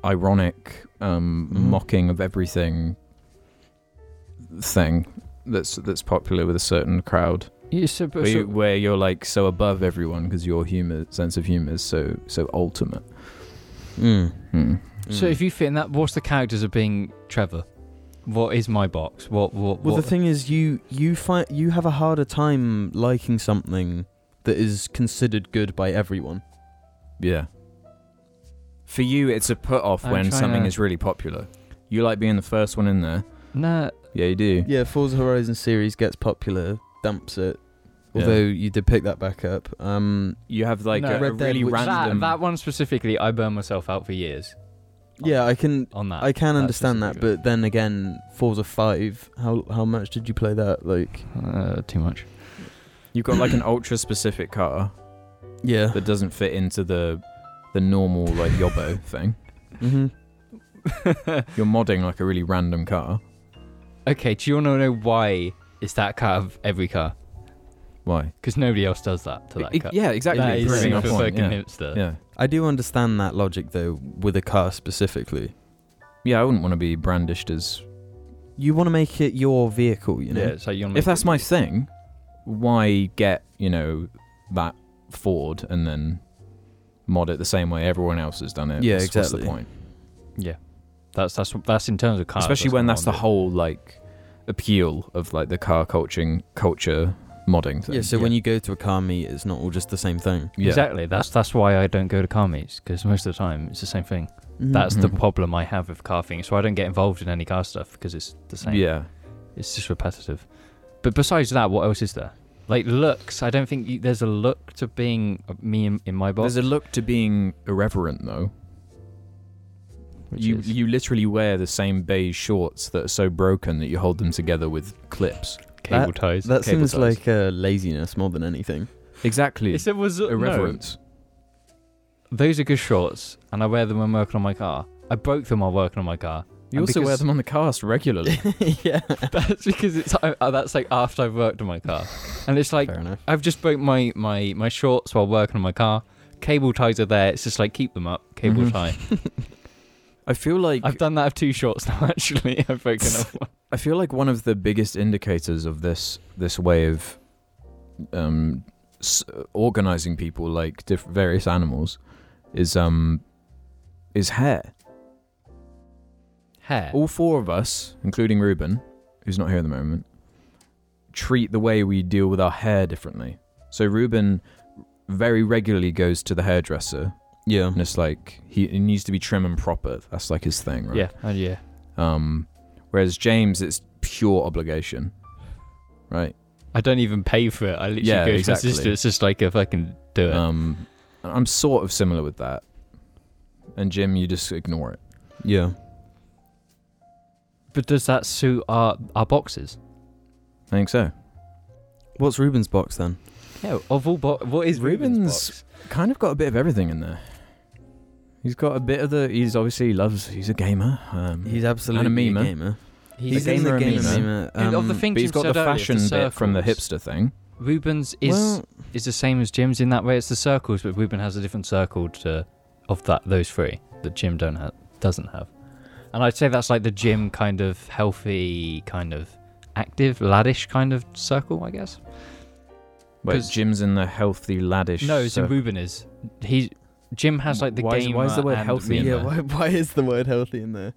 [SPEAKER 1] ironic um,
[SPEAKER 2] Mm-hmm.
[SPEAKER 3] Mhm.
[SPEAKER 1] mocking of everything thing that's that's popular with a certain crowd.
[SPEAKER 2] Yeah, so, but
[SPEAKER 1] Where,
[SPEAKER 2] so-
[SPEAKER 1] you, where you're like so above everyone because your humor sense of humor is so so ultimate.
[SPEAKER 3] Mm.
[SPEAKER 1] Hmm.
[SPEAKER 2] so if you fit in that, what's the characters of being Trevor? What is my box? What what?
[SPEAKER 3] well,
[SPEAKER 2] what
[SPEAKER 3] the thing is, you you find you have a harder time liking something that is considered good by everyone.
[SPEAKER 1] Yeah. For you, it's a put off
[SPEAKER 2] I'm
[SPEAKER 1] when
[SPEAKER 2] trying
[SPEAKER 1] something
[SPEAKER 2] to-
[SPEAKER 1] is really popular. You like being the first one in there.
[SPEAKER 2] Nah,
[SPEAKER 1] Yeah, you do.
[SPEAKER 3] Yeah, Forza Horizon series gets popular, dumps it.
[SPEAKER 1] Yeah.
[SPEAKER 3] Although you did pick that back up. Um,
[SPEAKER 1] You have like
[SPEAKER 2] No,
[SPEAKER 1] a, a
[SPEAKER 3] Red Dead
[SPEAKER 1] really
[SPEAKER 3] was- That-
[SPEAKER 1] random.
[SPEAKER 2] that that one specifically, I burned myself out for years
[SPEAKER 3] yeah, I can
[SPEAKER 2] on that.
[SPEAKER 3] I can
[SPEAKER 2] That's
[SPEAKER 3] understand that,
[SPEAKER 2] specifically.
[SPEAKER 3] but then again, Forza Five. How how much did you play that? Like,
[SPEAKER 2] uh, too much.
[SPEAKER 1] You've got like an ultra specific car
[SPEAKER 3] yeah.
[SPEAKER 1] that doesn't fit into the the normal like yobbo thing.
[SPEAKER 3] Mm-hmm.
[SPEAKER 1] You're modding like a really random car.
[SPEAKER 2] Okay, do you want to know why it's that car of every car?
[SPEAKER 1] Why?
[SPEAKER 2] Because nobody else does that to that
[SPEAKER 1] I-
[SPEAKER 2] car.
[SPEAKER 1] yeah, exactly.
[SPEAKER 2] that is
[SPEAKER 1] Proving our
[SPEAKER 2] super
[SPEAKER 1] point,
[SPEAKER 2] fucking
[SPEAKER 1] yeah.
[SPEAKER 2] hipster.
[SPEAKER 1] yeah.
[SPEAKER 3] I do understand that logic though, with a car specifically.
[SPEAKER 1] Yeah, I wouldn't want to be brandished as
[SPEAKER 3] You want to make it your vehicle, you know.
[SPEAKER 2] Yeah, so you wanna
[SPEAKER 1] if
[SPEAKER 2] make
[SPEAKER 1] that's
[SPEAKER 2] it-
[SPEAKER 1] my thing, why get, you know, that Ford and then mod it the same way everyone else has done it?
[SPEAKER 3] Yeah,
[SPEAKER 1] What's- What's
[SPEAKER 3] exactly.
[SPEAKER 1] the point?
[SPEAKER 2] that's that's that's in terms of cars.
[SPEAKER 1] Especially when that's the whole like appeal of like the car culturing culture modding thing.
[SPEAKER 3] Yeah, so when you go to a car meet, it's not all just the same thing.
[SPEAKER 1] yeah.
[SPEAKER 2] Exactly. That's that's why I don't go to car meets because most of the time it's the same thing. That's the
[SPEAKER 1] Mhm.
[SPEAKER 2] problem I have with car things. So I don't get involved in any car stuff because it's the same.
[SPEAKER 1] Yeah.
[SPEAKER 2] It's just repetitive. But besides that, what else is there? Like looks. I don't think you, there's a look to being uh, me in, in my box.
[SPEAKER 1] There's a look to being irreverent though.
[SPEAKER 2] which
[SPEAKER 1] you
[SPEAKER 2] is-
[SPEAKER 1] you literally wear the same beige shorts that are so broken that you hold them together with clips.
[SPEAKER 2] cable ties.
[SPEAKER 3] That
[SPEAKER 1] Cable
[SPEAKER 3] seems
[SPEAKER 1] ties.
[SPEAKER 3] like uh, laziness more than anything.
[SPEAKER 1] Exactly.
[SPEAKER 2] it's a was uh,
[SPEAKER 1] irreverent.
[SPEAKER 2] those are good shorts, and I wear them when working on my car. I broke them while working on my car.
[SPEAKER 1] You
[SPEAKER 2] And
[SPEAKER 1] also wear
[SPEAKER 2] because-
[SPEAKER 1] them on the cast regularly.
[SPEAKER 3] yeah.
[SPEAKER 2] That's because it's I, uh, that's like after I've worked on my car, and it's like
[SPEAKER 3] Fair enough.
[SPEAKER 2] I've just broke my my my shorts while working on my car. Cable ties are there. It's just like keep them up, cable
[SPEAKER 1] Mhm.
[SPEAKER 2] tie.
[SPEAKER 1] I feel like
[SPEAKER 2] I've done that with two shorts now. Actually, I've broken up one.
[SPEAKER 1] I feel like one of the biggest indicators of this this way of um, s- organizing people like diff- various animals is um is hair.
[SPEAKER 2] hair.
[SPEAKER 1] All four of us, including Ruben, who's not here at the moment, treat the way we deal with our hair differently. So Ruben very regularly goes to the hairdresser
[SPEAKER 3] Yeah.
[SPEAKER 1] and it's like he it needs to be trim and proper. That's like his thing, right?
[SPEAKER 2] Yeah, oh, yeah.
[SPEAKER 1] Um whereas James it's pure obligation. Right?
[SPEAKER 2] I don't even pay for it. I literally
[SPEAKER 1] Yeah,
[SPEAKER 2] go to
[SPEAKER 1] exactly.
[SPEAKER 2] my sister. It's just like if I can do it.
[SPEAKER 1] Um I'm sort of similar with that. And Jim, you just ignore it.
[SPEAKER 3] Yeah.
[SPEAKER 2] but does that suit our our boxes?
[SPEAKER 1] I think so.
[SPEAKER 3] What's Ruben's box then?
[SPEAKER 2] Yeah. Of all bo- what is Ruben's,
[SPEAKER 1] Ruben's-
[SPEAKER 2] box?
[SPEAKER 1] kind of got a bit of everything in there. He's got a bit of the. He's obviously loves. He's a gamer. Um,
[SPEAKER 2] Mm.
[SPEAKER 3] He's absolutely
[SPEAKER 1] memer.
[SPEAKER 3] a gamer.
[SPEAKER 1] He's
[SPEAKER 3] a
[SPEAKER 1] in
[SPEAKER 3] gamer,
[SPEAKER 1] the
[SPEAKER 3] gamer.
[SPEAKER 1] gamer.
[SPEAKER 2] And of the
[SPEAKER 3] Um,
[SPEAKER 2] thing
[SPEAKER 1] but he's
[SPEAKER 2] Jim
[SPEAKER 1] got the
[SPEAKER 2] said earlier,
[SPEAKER 1] fashion bit from the
[SPEAKER 2] circles.
[SPEAKER 1] hipster thing.
[SPEAKER 2] Ruben's is
[SPEAKER 3] well,
[SPEAKER 2] is the same as Jim's in that way. It's the circles, but Ruben has a different circle to of that those three that Jim don't have doesn't have. And I'd say that's like the gym kind of healthy, kind of active, laddish kind of circle, I guess.
[SPEAKER 1] Wait,
[SPEAKER 2] 'Cause-
[SPEAKER 1] Jim's in the healthy laddish.
[SPEAKER 2] No, it's in
[SPEAKER 1] circle.
[SPEAKER 2] Ruben is. He Jim has like the
[SPEAKER 1] Why is-
[SPEAKER 2] game.
[SPEAKER 1] why is the word healthy
[SPEAKER 3] Yeah,
[SPEAKER 1] in
[SPEAKER 2] Yeah,
[SPEAKER 1] there?
[SPEAKER 3] why, why is the word healthy in there?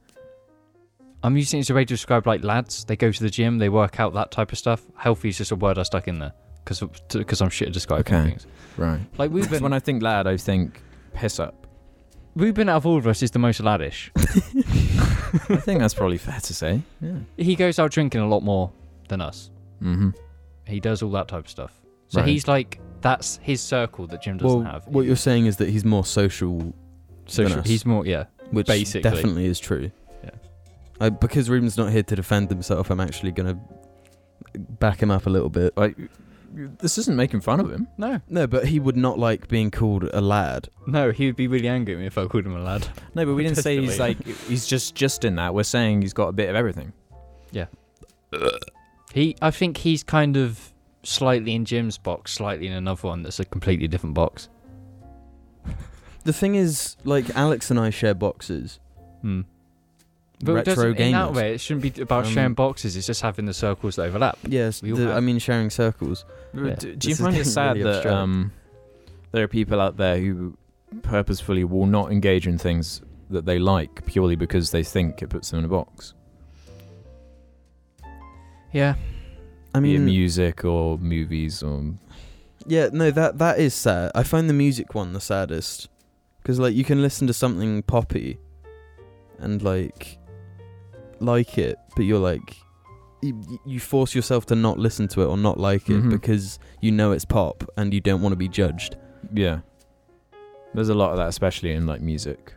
[SPEAKER 2] I'm using it as a way to describe like lads. They go to the gym, they work out that type of stuff. Healthy is just a word I stuck in there because because I'm shit at describing
[SPEAKER 1] Okay.
[SPEAKER 2] things.
[SPEAKER 1] right.
[SPEAKER 2] Like
[SPEAKER 1] 'Cause
[SPEAKER 2] Ruben,
[SPEAKER 1] when I think lad, I think piss up.
[SPEAKER 2] Ruben out of all of us is the most laddish.
[SPEAKER 1] I think that's probably fair to say. Yeah.
[SPEAKER 2] he goes out drinking a lot more than us.
[SPEAKER 1] Mm-hmm.
[SPEAKER 2] He does all that type of stuff. So
[SPEAKER 1] Right.
[SPEAKER 2] he's like that's his circle that Jim doesn't
[SPEAKER 3] well,
[SPEAKER 2] have.
[SPEAKER 3] what you're saying is that he's more social,
[SPEAKER 2] Social-
[SPEAKER 3] us.
[SPEAKER 2] He's more yeah.
[SPEAKER 3] which
[SPEAKER 2] Basically.
[SPEAKER 3] definitely is true.
[SPEAKER 2] Yeah.
[SPEAKER 3] I, because Ruben's not here to defend himself, I'm actually gonna back him up a little bit.
[SPEAKER 1] Like, this isn't making fun of him.
[SPEAKER 2] No,
[SPEAKER 3] No, but he would not like being called a lad.
[SPEAKER 2] no, he would be really angry at me if I called him a lad.
[SPEAKER 1] No, but we didn't say he's like
[SPEAKER 2] Definitely.
[SPEAKER 1] he's just just in that. We're saying he's got a bit of everything.
[SPEAKER 2] He, I think he's kind of slightly in Jim's box, slightly in another one that's a completely different box.
[SPEAKER 3] The thing is, like Alex and I share boxes.
[SPEAKER 2] Hmm. it
[SPEAKER 3] retro
[SPEAKER 2] doesn't- In that
[SPEAKER 3] gamers.
[SPEAKER 2] way, it shouldn't be about
[SPEAKER 3] Um,
[SPEAKER 2] sharing boxes. It's just having the circles that overlap.
[SPEAKER 3] Yes,
[SPEAKER 2] We all
[SPEAKER 3] the,
[SPEAKER 2] have-
[SPEAKER 3] I mean sharing circles.
[SPEAKER 2] Yeah.
[SPEAKER 1] Do,
[SPEAKER 3] This
[SPEAKER 1] you
[SPEAKER 3] is
[SPEAKER 1] find it
[SPEAKER 3] getting
[SPEAKER 1] sad
[SPEAKER 3] really
[SPEAKER 1] that
[SPEAKER 3] abstract.
[SPEAKER 1] um, there are people out there who purposefully will not engage in things that they like purely because they think it puts them in a box?
[SPEAKER 2] Yeah.
[SPEAKER 3] I
[SPEAKER 1] Be it
[SPEAKER 3] mean,
[SPEAKER 1] music or movies or
[SPEAKER 3] yeah, no, that that is sad. I find the music one the saddest because like you can listen to something poppy and like like it, but you're like you, you force yourself to not listen to it or not like it
[SPEAKER 2] Mm-hmm.
[SPEAKER 1] Mhm.
[SPEAKER 3] because you know it's pop and you don't want to be judged.
[SPEAKER 1] yeah. There's a lot of that, especially in like music.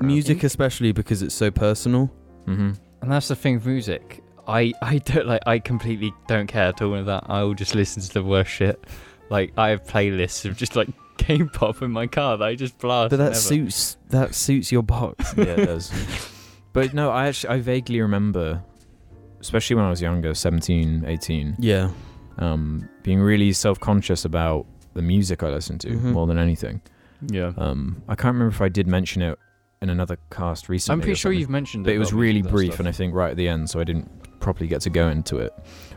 [SPEAKER 3] Music, especially because it's so personal.
[SPEAKER 1] Mm-hmm.
[SPEAKER 2] And that's the thing with music. I, I don't like I completely don't care at all with that. I will just listen to the worst shit. Like I have playlists of just like game pop in my car that I just blast.
[SPEAKER 3] But that
[SPEAKER 2] whenever.
[SPEAKER 3] suits that suits your box.
[SPEAKER 1] yeah, it does. But no, I actually I vaguely remember, especially when I was younger, 17, 18,
[SPEAKER 3] Yeah.
[SPEAKER 1] um, being really self-conscious about the music I listened to
[SPEAKER 3] Mhm.
[SPEAKER 1] more than anything.
[SPEAKER 2] Yeah.
[SPEAKER 1] Um, I can't remember if I did mention it in another cast recently.
[SPEAKER 2] I'm
[SPEAKER 1] or
[SPEAKER 2] pretty sure
[SPEAKER 1] something,
[SPEAKER 2] you've mentioned it.
[SPEAKER 1] but it was
[SPEAKER 2] about
[SPEAKER 1] really
[SPEAKER 2] music and
[SPEAKER 1] brief,
[SPEAKER 2] stuff.
[SPEAKER 1] and I think right at the end, so I didn't properly get to go into it.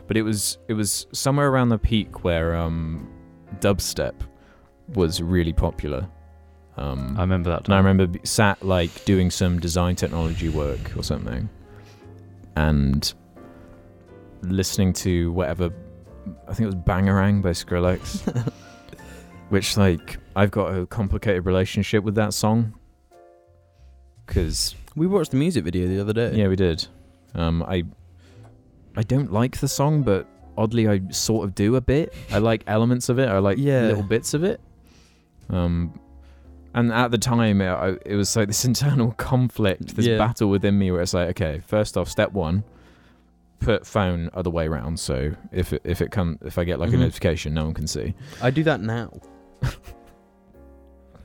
[SPEAKER 1] But it was it was somewhere around the peak where um, dubstep was really popular. Um,
[SPEAKER 2] I remember that.
[SPEAKER 1] and I
[SPEAKER 2] time.
[SPEAKER 1] remember b- sat like doing some design technology work or something, and listening to whatever I think it was Bangarang by Skrillex, which like I've got a complicated relationship with that song because
[SPEAKER 3] We watched the music video the other day.
[SPEAKER 1] yeah, we did. Um, I I don't like the song, but oddly, I sort of do a bit. I like elements of it. I like
[SPEAKER 3] Yeah.
[SPEAKER 1] little bits of it. Um, and at the time, it, I, it was like this internal conflict, this
[SPEAKER 3] Yeah.
[SPEAKER 1] battle within me, where it's like, okay, first off, step one, put phone other way around. So if it, if it come if I get like
[SPEAKER 3] Mhm.
[SPEAKER 1] a notification, no one can see.
[SPEAKER 3] I do that now.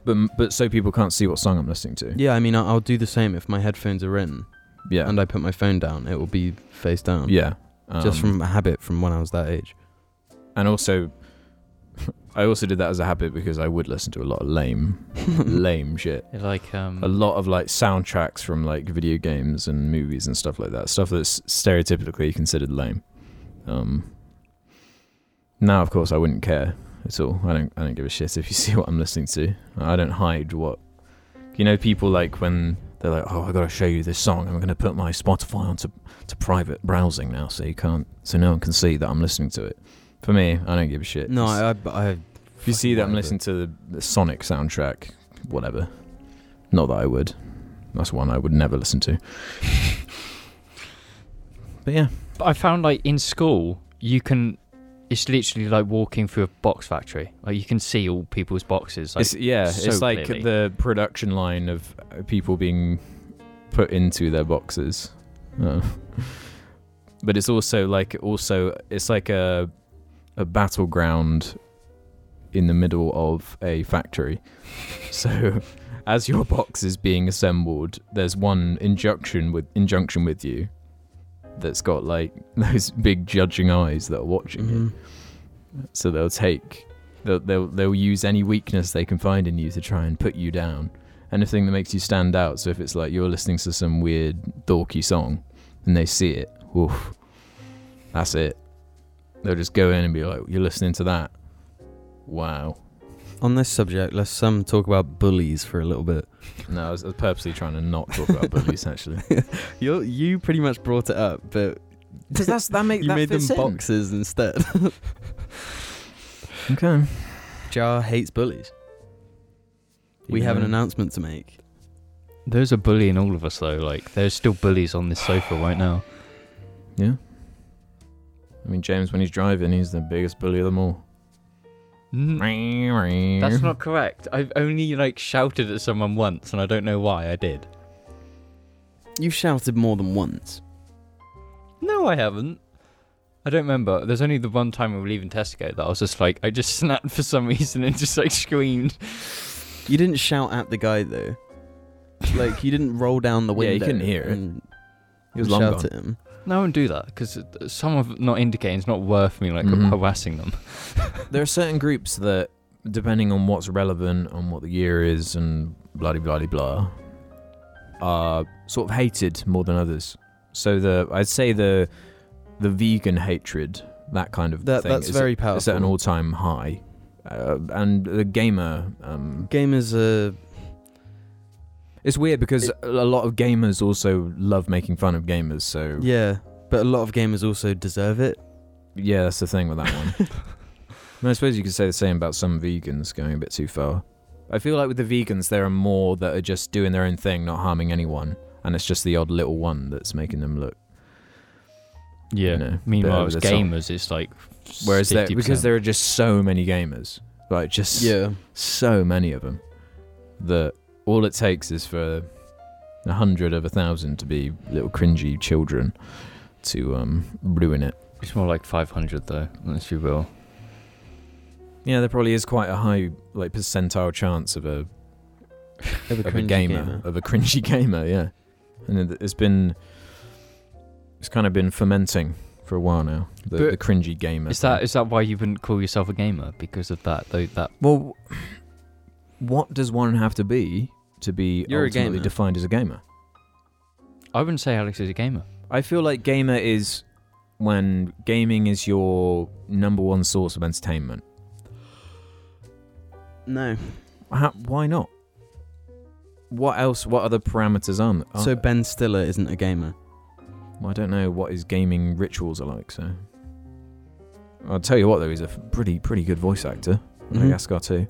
[SPEAKER 1] But but so people can't see what song I'm listening to.
[SPEAKER 3] Yeah, I mean, I- I'll do the same if my headphones are in
[SPEAKER 1] Yeah,
[SPEAKER 3] and I put my phone down. It will be face down.
[SPEAKER 1] yeah.
[SPEAKER 3] just
[SPEAKER 1] Um,
[SPEAKER 3] from a habit from when I was that age.
[SPEAKER 1] and also I also did that as a habit because I would listen to a lot of lame lame shit.
[SPEAKER 2] It, like um
[SPEAKER 1] A lot of like soundtracks from like video games and movies and stuff like that. Stuff that's stereotypically considered lame. Um now of course I wouldn't care at all. I don't I don't give a shit if you see what I'm listening to. I don't hide what you know people like when they're like, Oh, I gotta show you this song, I'm gonna put my Spotify onto to private browsing now so you can't so no one can see that I'm listening to it. For me, I don't give a shit.
[SPEAKER 3] no,
[SPEAKER 1] It's-
[SPEAKER 3] I. I, I
[SPEAKER 1] if you see that I'm listening to the, the Sonic soundtrack, whatever. Not that I would. That's one I would never listen to. but yeah,
[SPEAKER 2] But I found like in school, you can. It's literally like walking through a box factory. Like you can see all people's boxes. Like,
[SPEAKER 1] it's yeah,
[SPEAKER 2] so
[SPEAKER 1] it's like
[SPEAKER 2] clearly.
[SPEAKER 1] the production line of uh, people being put into their boxes. Uh, but it's also like also it's like a a battleground in the middle of a factory. So as your box is being assembled, there's one injunction with injunction with you that's got like those big judging eyes that are watching you.
[SPEAKER 3] Mhm.
[SPEAKER 1] So they'll take, they'll, they'll they'll use any weakness they can find in you to try and put you down, anything that makes you stand out. So if it's like you're listening to some weird dorky song and they see it, woof, that's it. They'll just go in and be like, "You're listening to that? Wow."
[SPEAKER 3] On this subject, let's um, talk about bullies for a little bit.
[SPEAKER 1] No, I was I was purposely trying to not talk about bullies actually.
[SPEAKER 3] You you pretty much brought it up, but
[SPEAKER 1] Does that's- that make-
[SPEAKER 3] you
[SPEAKER 1] that
[SPEAKER 3] made them
[SPEAKER 1] fits in.
[SPEAKER 3] boxes instead.
[SPEAKER 1] Okay.
[SPEAKER 3] Jar hates bullies. We have an announcement to make.
[SPEAKER 2] There's a bully in all of us though. Like there's still bullies on this sofa right now.
[SPEAKER 1] Yeah. I mean, James, when he's driving, he's the biggest bully of them all.
[SPEAKER 2] Mm, That's not correct. I've only like shouted at someone once, and I don't know why I did.
[SPEAKER 3] You shouted more than once.
[SPEAKER 2] No, I haven't. I don't remember. There's only the one time we were leaving Tesco that I was just like, I just snapped for some reason and just like screamed.
[SPEAKER 3] You didn't shout at the guy though. Like you didn't roll down the
[SPEAKER 1] Yeah,
[SPEAKER 3] window.
[SPEAKER 1] you couldn't hear it.
[SPEAKER 3] and
[SPEAKER 1] He was long
[SPEAKER 3] shout
[SPEAKER 1] gone.
[SPEAKER 3] at him.
[SPEAKER 2] No, I wouldn't do that because some of not indicating is not worth me like
[SPEAKER 1] Mhm.
[SPEAKER 2] harassing them.
[SPEAKER 1] There are certain groups that, depending on what's relevant, on what the year is, and blah de blah de blah, are sort of hated more than others. So the I'd say the the vegan hatred, that kind of
[SPEAKER 3] That
[SPEAKER 1] thing,
[SPEAKER 3] that's
[SPEAKER 1] is,
[SPEAKER 3] very
[SPEAKER 1] at-
[SPEAKER 3] powerful.
[SPEAKER 1] is at an all time high. Uh, and the gamer, um,
[SPEAKER 3] Gamers are
[SPEAKER 1] it's weird because a lot of gamers also love making fun of gamers. So
[SPEAKER 3] yeah, but a lot of gamers also deserve it.
[SPEAKER 1] Yeah, that's the thing with that one. And I suppose you could say the same about some vegans going a bit too far. I feel like with the vegans, there are more that are just doing their own thing, not harming anyone, and it's just the odd little one that's making them look.
[SPEAKER 2] Yeah.
[SPEAKER 1] You know, bit
[SPEAKER 2] Meanwhile,
[SPEAKER 1] over
[SPEAKER 2] as
[SPEAKER 1] the top.
[SPEAKER 2] gamers, it's like
[SPEAKER 1] Whereas there,
[SPEAKER 2] 50%.
[SPEAKER 1] because there are just so many gamers, like just so many of them, that all it takes is for a hundred of a thousand to be little cringy children to um, ruin it.
[SPEAKER 2] it's more like 500 though, unless you will.
[SPEAKER 1] Yeah, there probably is quite a high like percentile chance of a
[SPEAKER 3] Of a
[SPEAKER 1] of a
[SPEAKER 3] cringy
[SPEAKER 1] gamer,
[SPEAKER 3] gamer.
[SPEAKER 1] of a cringy gamer, yeah. And it, it's been, it's kind of been fermenting for a while now. The,
[SPEAKER 2] But
[SPEAKER 1] the cringy gamer.
[SPEAKER 2] Is that
[SPEAKER 1] thing.
[SPEAKER 2] is that why you wouldn't call yourself a gamer because of that though? That
[SPEAKER 1] well? What does one have to be to be
[SPEAKER 3] You're a
[SPEAKER 1] ultimately
[SPEAKER 3] gamer.
[SPEAKER 1] defined as a gamer?
[SPEAKER 2] I wouldn't say Alex is a gamer.
[SPEAKER 1] I feel like gamer is when gaming is your number one source of entertainment.
[SPEAKER 3] No.
[SPEAKER 1] How, why not? What else? What other parameters are there?
[SPEAKER 3] So Ben Stiller isn't a gamer.
[SPEAKER 1] Well, I don't know what his gaming rituals are like, so. I'll tell you what, though, he's a f- pretty pretty good voice actor.
[SPEAKER 3] Mm-hmm.
[SPEAKER 1] Madagascar too,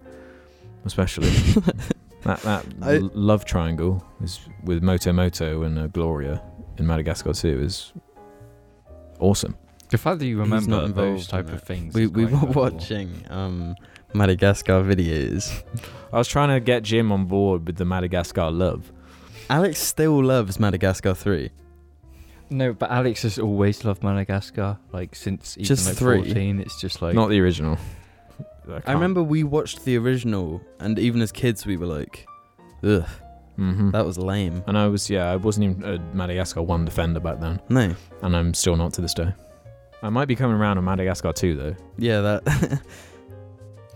[SPEAKER 1] especially. that that
[SPEAKER 3] I-
[SPEAKER 1] l- love triangle is with Moto Moto and uh, Gloria in Madagascar too is awesome.
[SPEAKER 2] The fact that you
[SPEAKER 3] He's not
[SPEAKER 2] remember those
[SPEAKER 3] involved
[SPEAKER 2] type
[SPEAKER 3] in
[SPEAKER 2] of
[SPEAKER 3] it.
[SPEAKER 2] things.
[SPEAKER 3] We
[SPEAKER 2] is
[SPEAKER 3] we
[SPEAKER 2] quite
[SPEAKER 3] were
[SPEAKER 2] incredible.
[SPEAKER 3] watching um Madagascar videos.
[SPEAKER 1] I was trying to get Jim on board with the Madagascar love.
[SPEAKER 3] Alex still loves Madagascar 3.
[SPEAKER 2] No, but Alex has always loved Madagascar. Like since even
[SPEAKER 3] Just
[SPEAKER 2] like
[SPEAKER 3] three?
[SPEAKER 2] 14, it's just like
[SPEAKER 1] Not the original. can't-
[SPEAKER 3] I remember we watched the original, and even as kids, we were like, ugh,
[SPEAKER 1] Mhm.
[SPEAKER 3] that was lame.
[SPEAKER 1] And I was yeah, I wasn't even a Madagascar one defender back then,
[SPEAKER 3] No.
[SPEAKER 1] and I'm still not to this day. I might be coming around on Madagascar too though.
[SPEAKER 3] Yeah, that.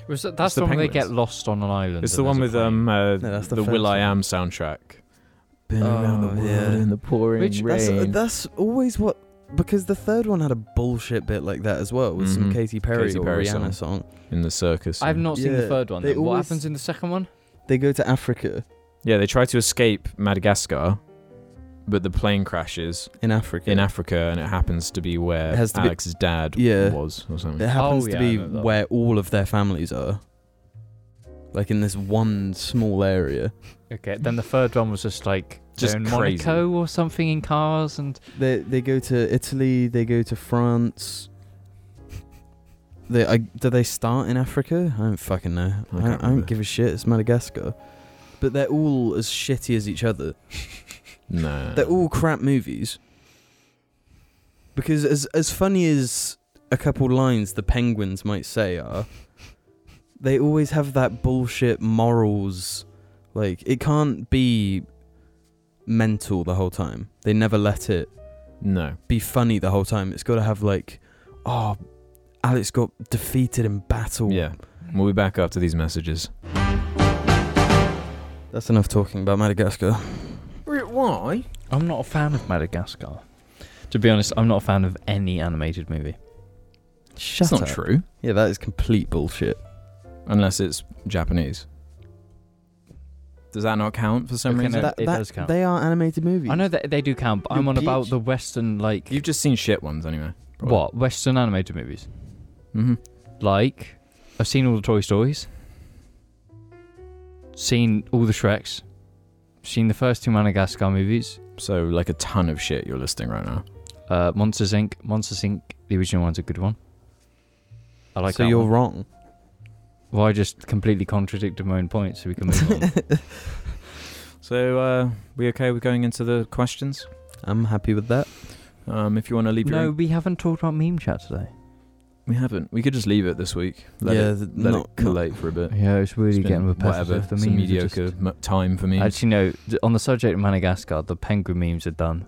[SPEAKER 2] Was that, that's
[SPEAKER 1] the
[SPEAKER 2] the, one where they
[SPEAKER 1] penguins.
[SPEAKER 2] get lost on an island.
[SPEAKER 1] It's the
[SPEAKER 2] and
[SPEAKER 1] one
[SPEAKER 2] there's
[SPEAKER 1] with
[SPEAKER 2] a
[SPEAKER 1] um
[SPEAKER 2] plane.
[SPEAKER 1] uh,
[SPEAKER 3] No, that's
[SPEAKER 1] the,
[SPEAKER 3] the
[SPEAKER 1] Will
[SPEAKER 3] first
[SPEAKER 1] I Am soundtrack. Been
[SPEAKER 3] around the Oh, world yeah. in
[SPEAKER 1] the pouring
[SPEAKER 2] Which-
[SPEAKER 3] that's, that's always what. Because the third one had a bullshit bit like that as well, with
[SPEAKER 1] Mhm.
[SPEAKER 3] some Katy Perry
[SPEAKER 1] Katy
[SPEAKER 3] or
[SPEAKER 1] Perry
[SPEAKER 3] Rihanna song.
[SPEAKER 1] in the circus.
[SPEAKER 2] I've not seen
[SPEAKER 3] Yeah,
[SPEAKER 2] the third one.
[SPEAKER 3] they
[SPEAKER 2] Then. What
[SPEAKER 3] always-
[SPEAKER 2] happens in the second one?
[SPEAKER 3] They go to Africa.
[SPEAKER 1] Yeah, they try to escape Madagascar, but the plane crashes
[SPEAKER 3] In Africa.
[SPEAKER 1] in Africa, and it happens to be where
[SPEAKER 3] It has to be-
[SPEAKER 1] Alex's dad
[SPEAKER 3] Yeah.
[SPEAKER 1] was or something.
[SPEAKER 3] It happens
[SPEAKER 2] Oh,
[SPEAKER 3] to
[SPEAKER 2] yeah, I
[SPEAKER 3] be
[SPEAKER 2] know that one.
[SPEAKER 3] where all of their families are. Like in this one small area.
[SPEAKER 2] Okay. Then the third one was just like
[SPEAKER 1] Just
[SPEAKER 2] they're in
[SPEAKER 1] crazy.
[SPEAKER 2] Monaco or something in cars and
[SPEAKER 3] They they go to Italy. They go to France. They I, do they start in Africa? I don't fucking
[SPEAKER 1] I
[SPEAKER 3] know. I,
[SPEAKER 1] can't
[SPEAKER 3] don't, I
[SPEAKER 1] remember.
[SPEAKER 3] don't give a shit. It's Madagascar, but they're all as shitty as each other.
[SPEAKER 1] No,
[SPEAKER 3] They're all crap movies. Because as as funny as a couple lines the penguins might say are, they always have that bullshit morals. Like it can't be mental the whole time. They never let it
[SPEAKER 1] no.
[SPEAKER 3] be funny the whole time. It's got to have like, oh, Alex got defeated in battle.
[SPEAKER 1] Yeah, we'll be back after these messages.
[SPEAKER 3] That's enough talking about Madagascar.
[SPEAKER 1] Why?
[SPEAKER 2] I'm not a fan of Madagascar. To be honest, I'm not a fan of any animated movie.
[SPEAKER 3] Shut
[SPEAKER 1] That's not true.
[SPEAKER 3] Yeah, that is complete bullshit.
[SPEAKER 1] Unless it's Japanese. Does that not count for some
[SPEAKER 2] Okay,
[SPEAKER 1] reason?
[SPEAKER 2] no. That- it does count.
[SPEAKER 3] They are animated movies.
[SPEAKER 2] I know that they do count, but I'm
[SPEAKER 3] Your
[SPEAKER 2] on about
[SPEAKER 3] peach.
[SPEAKER 2] the Western, like
[SPEAKER 1] You've just seen shit ones anyway. probably.
[SPEAKER 2] what Western animated movies.
[SPEAKER 1] Mm-hmm.
[SPEAKER 2] Like I've seen all the Toy Stories, seen all the Shreks, seen the first two Madagascar movies,
[SPEAKER 1] So like a ton of shit you're listing right now.
[SPEAKER 2] uh, Monsters Inc. Monsters Inc. The original one's a good one. I like
[SPEAKER 3] so
[SPEAKER 2] that.
[SPEAKER 3] you're
[SPEAKER 2] one.
[SPEAKER 3] wrong.
[SPEAKER 2] Well, I just completely contradicted my own point, so we can move on.
[SPEAKER 1] So uh, we okay with going into the questions?
[SPEAKER 3] I'm happy with that.
[SPEAKER 1] Um, if you want to leave
[SPEAKER 2] no,
[SPEAKER 1] your,
[SPEAKER 2] we haven't talked about meme chat today.
[SPEAKER 1] we haven't. We could just leave it this week. Let
[SPEAKER 3] yeah,
[SPEAKER 1] it,
[SPEAKER 3] th-
[SPEAKER 1] let
[SPEAKER 3] not,
[SPEAKER 1] it collate for a bit.
[SPEAKER 2] Yeah, it's really
[SPEAKER 1] It's been
[SPEAKER 2] getting repetitive.
[SPEAKER 1] Whatever.
[SPEAKER 2] The
[SPEAKER 1] it's a
[SPEAKER 2] memes are just-
[SPEAKER 1] mediocre m- time for me.
[SPEAKER 2] Actually, no. th- On the subject of Madagascar, the penguin memes are done.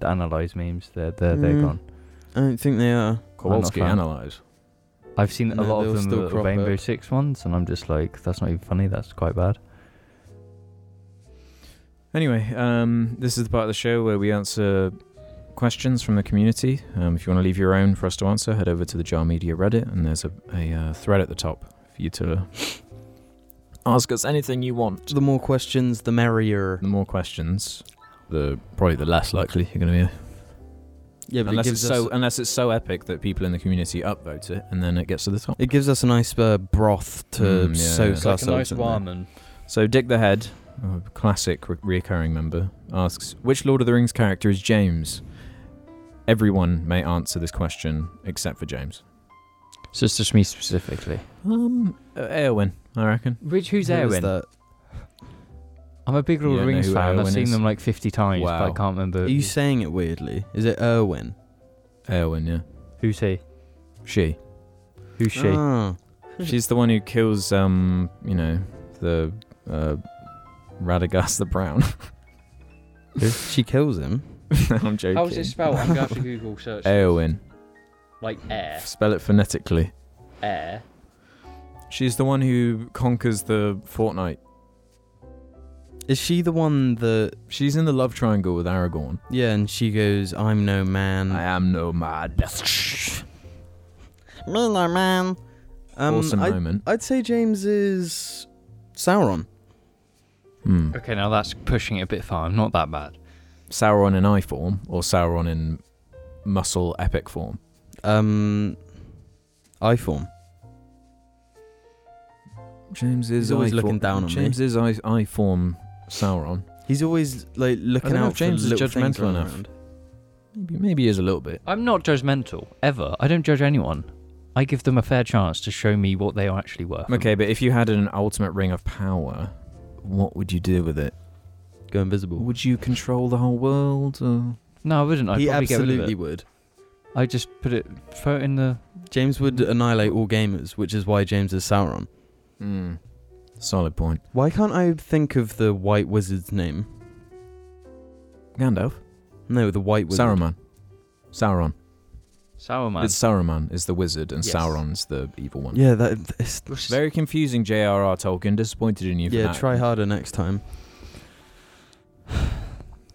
[SPEAKER 2] The analyze memes, they're they're, they're
[SPEAKER 3] Mm.
[SPEAKER 2] gone.
[SPEAKER 3] I don't think they are.
[SPEAKER 1] Kowalski
[SPEAKER 2] I'm not a fan.
[SPEAKER 1] analyze.
[SPEAKER 2] I've seen a
[SPEAKER 3] No,
[SPEAKER 2] lot
[SPEAKER 3] they'll
[SPEAKER 2] of
[SPEAKER 3] still
[SPEAKER 2] them the
[SPEAKER 3] crop
[SPEAKER 2] Rainbow
[SPEAKER 3] up.
[SPEAKER 2] Six ones, and I'm just like, that's not even funny. That's quite bad.
[SPEAKER 1] Anyway, um, this is the part of the show where we answer questions from the community. Um, if you want to leave your own for us to answer, head over to the Jar Media Reddit, and there's a, a uh, thread at the top for you to ask us anything you want.
[SPEAKER 3] The more questions, the merrier.
[SPEAKER 1] The more questions, the probably the less likely you're going to be.
[SPEAKER 3] Yeah, but
[SPEAKER 1] Unless
[SPEAKER 3] it
[SPEAKER 1] it's
[SPEAKER 3] gives
[SPEAKER 1] so
[SPEAKER 3] us
[SPEAKER 1] unless it's so epic that people in the community upvote it, and then it gets to the top.
[SPEAKER 3] it gives us a nice uh, broth to
[SPEAKER 1] Mm, yeah,
[SPEAKER 3] soak
[SPEAKER 1] It's yeah.
[SPEAKER 3] ourselves in there.
[SPEAKER 1] So Dick the Head, a classic re- reoccurring member, asks which Lord of the Rings character is James. Everyone may answer this question except for James.
[SPEAKER 2] So it's just me specifically.
[SPEAKER 1] Um, uh, Eowyn, I reckon.
[SPEAKER 2] Which who's
[SPEAKER 3] Who is
[SPEAKER 2] Erwin?
[SPEAKER 3] that?
[SPEAKER 2] I'm a big Lord
[SPEAKER 1] You don't
[SPEAKER 2] of the
[SPEAKER 1] know
[SPEAKER 2] Rings
[SPEAKER 1] who
[SPEAKER 2] fan. I've
[SPEAKER 1] Erwin
[SPEAKER 2] seen
[SPEAKER 1] is?
[SPEAKER 2] them like 50 times, but I
[SPEAKER 1] Wow.
[SPEAKER 2] can't remember
[SPEAKER 3] Are you saying it weirdly? Is it Irwin?
[SPEAKER 1] Eowyn, yeah.
[SPEAKER 2] who's he,
[SPEAKER 1] She.
[SPEAKER 2] who's she.
[SPEAKER 3] Ah.
[SPEAKER 1] She's the one who kills, um, you know, the uh, Radagast the Brown.
[SPEAKER 3] she kills him.
[SPEAKER 1] I'm joking.
[SPEAKER 2] spelled? I'm going to Google search.
[SPEAKER 1] Eowyn.
[SPEAKER 2] Like air,
[SPEAKER 1] Spell it phonetically.
[SPEAKER 2] air.
[SPEAKER 1] She's the one who conquers the Fortnite.
[SPEAKER 3] Is she the one that?
[SPEAKER 1] She's in the love triangle with Aragorn.
[SPEAKER 3] Yeah, and she goes, "I'm no man."
[SPEAKER 1] I am no mad.
[SPEAKER 3] Me no man. Um,
[SPEAKER 1] awesome
[SPEAKER 3] I,
[SPEAKER 1] moment.
[SPEAKER 3] I'd say James is Sauron.
[SPEAKER 1] Hmm.
[SPEAKER 2] Okay, now that's pushing it a bit far. I'm not that bad.
[SPEAKER 1] Sauron in eye form or Sauron in muscle epic form?
[SPEAKER 3] Um, I form.
[SPEAKER 1] James is
[SPEAKER 3] He's always
[SPEAKER 1] eye
[SPEAKER 3] looking
[SPEAKER 1] form-
[SPEAKER 3] down on me.
[SPEAKER 1] James is eye, eye form Sauron.
[SPEAKER 3] He's always like
[SPEAKER 1] I
[SPEAKER 3] looking
[SPEAKER 1] don't know
[SPEAKER 3] out
[SPEAKER 1] if James
[SPEAKER 3] for
[SPEAKER 1] is
[SPEAKER 3] little things
[SPEAKER 1] judgmental
[SPEAKER 3] running
[SPEAKER 1] enough.
[SPEAKER 3] around.
[SPEAKER 1] Maybe, maybe he is a little bit.
[SPEAKER 2] I'm not judgmental ever. I don't judge anyone. I give them a fair chance to show me what they are actually worth.
[SPEAKER 1] Okay, but if you had an ultimate ring of power, what would you do with it?
[SPEAKER 3] Go invisible.
[SPEAKER 1] Would you control the whole world? Or?
[SPEAKER 2] No, I wouldn't. I'd
[SPEAKER 3] he
[SPEAKER 2] probably get rid
[SPEAKER 3] absolutely
[SPEAKER 2] of it.
[SPEAKER 3] would.
[SPEAKER 2] I just put it, throw it in the.
[SPEAKER 3] James would annihilate all gamers, which is why James is Sauron.
[SPEAKER 1] Hmm. Solid point.
[SPEAKER 3] Why can't I think of the White Wizard's name?
[SPEAKER 1] Gandalf?
[SPEAKER 3] No, the White Wizard.
[SPEAKER 1] Saruman. Sauron.
[SPEAKER 2] Sour man.
[SPEAKER 1] It's Saruman is the wizard and
[SPEAKER 2] Yes.
[SPEAKER 1] Sauron's the evil one.
[SPEAKER 3] Yeah, that. It's,
[SPEAKER 1] Very confusing, J.R.R. Tolkien. Disappointed in you for
[SPEAKER 3] yeah,
[SPEAKER 1] that.
[SPEAKER 3] try harder next time.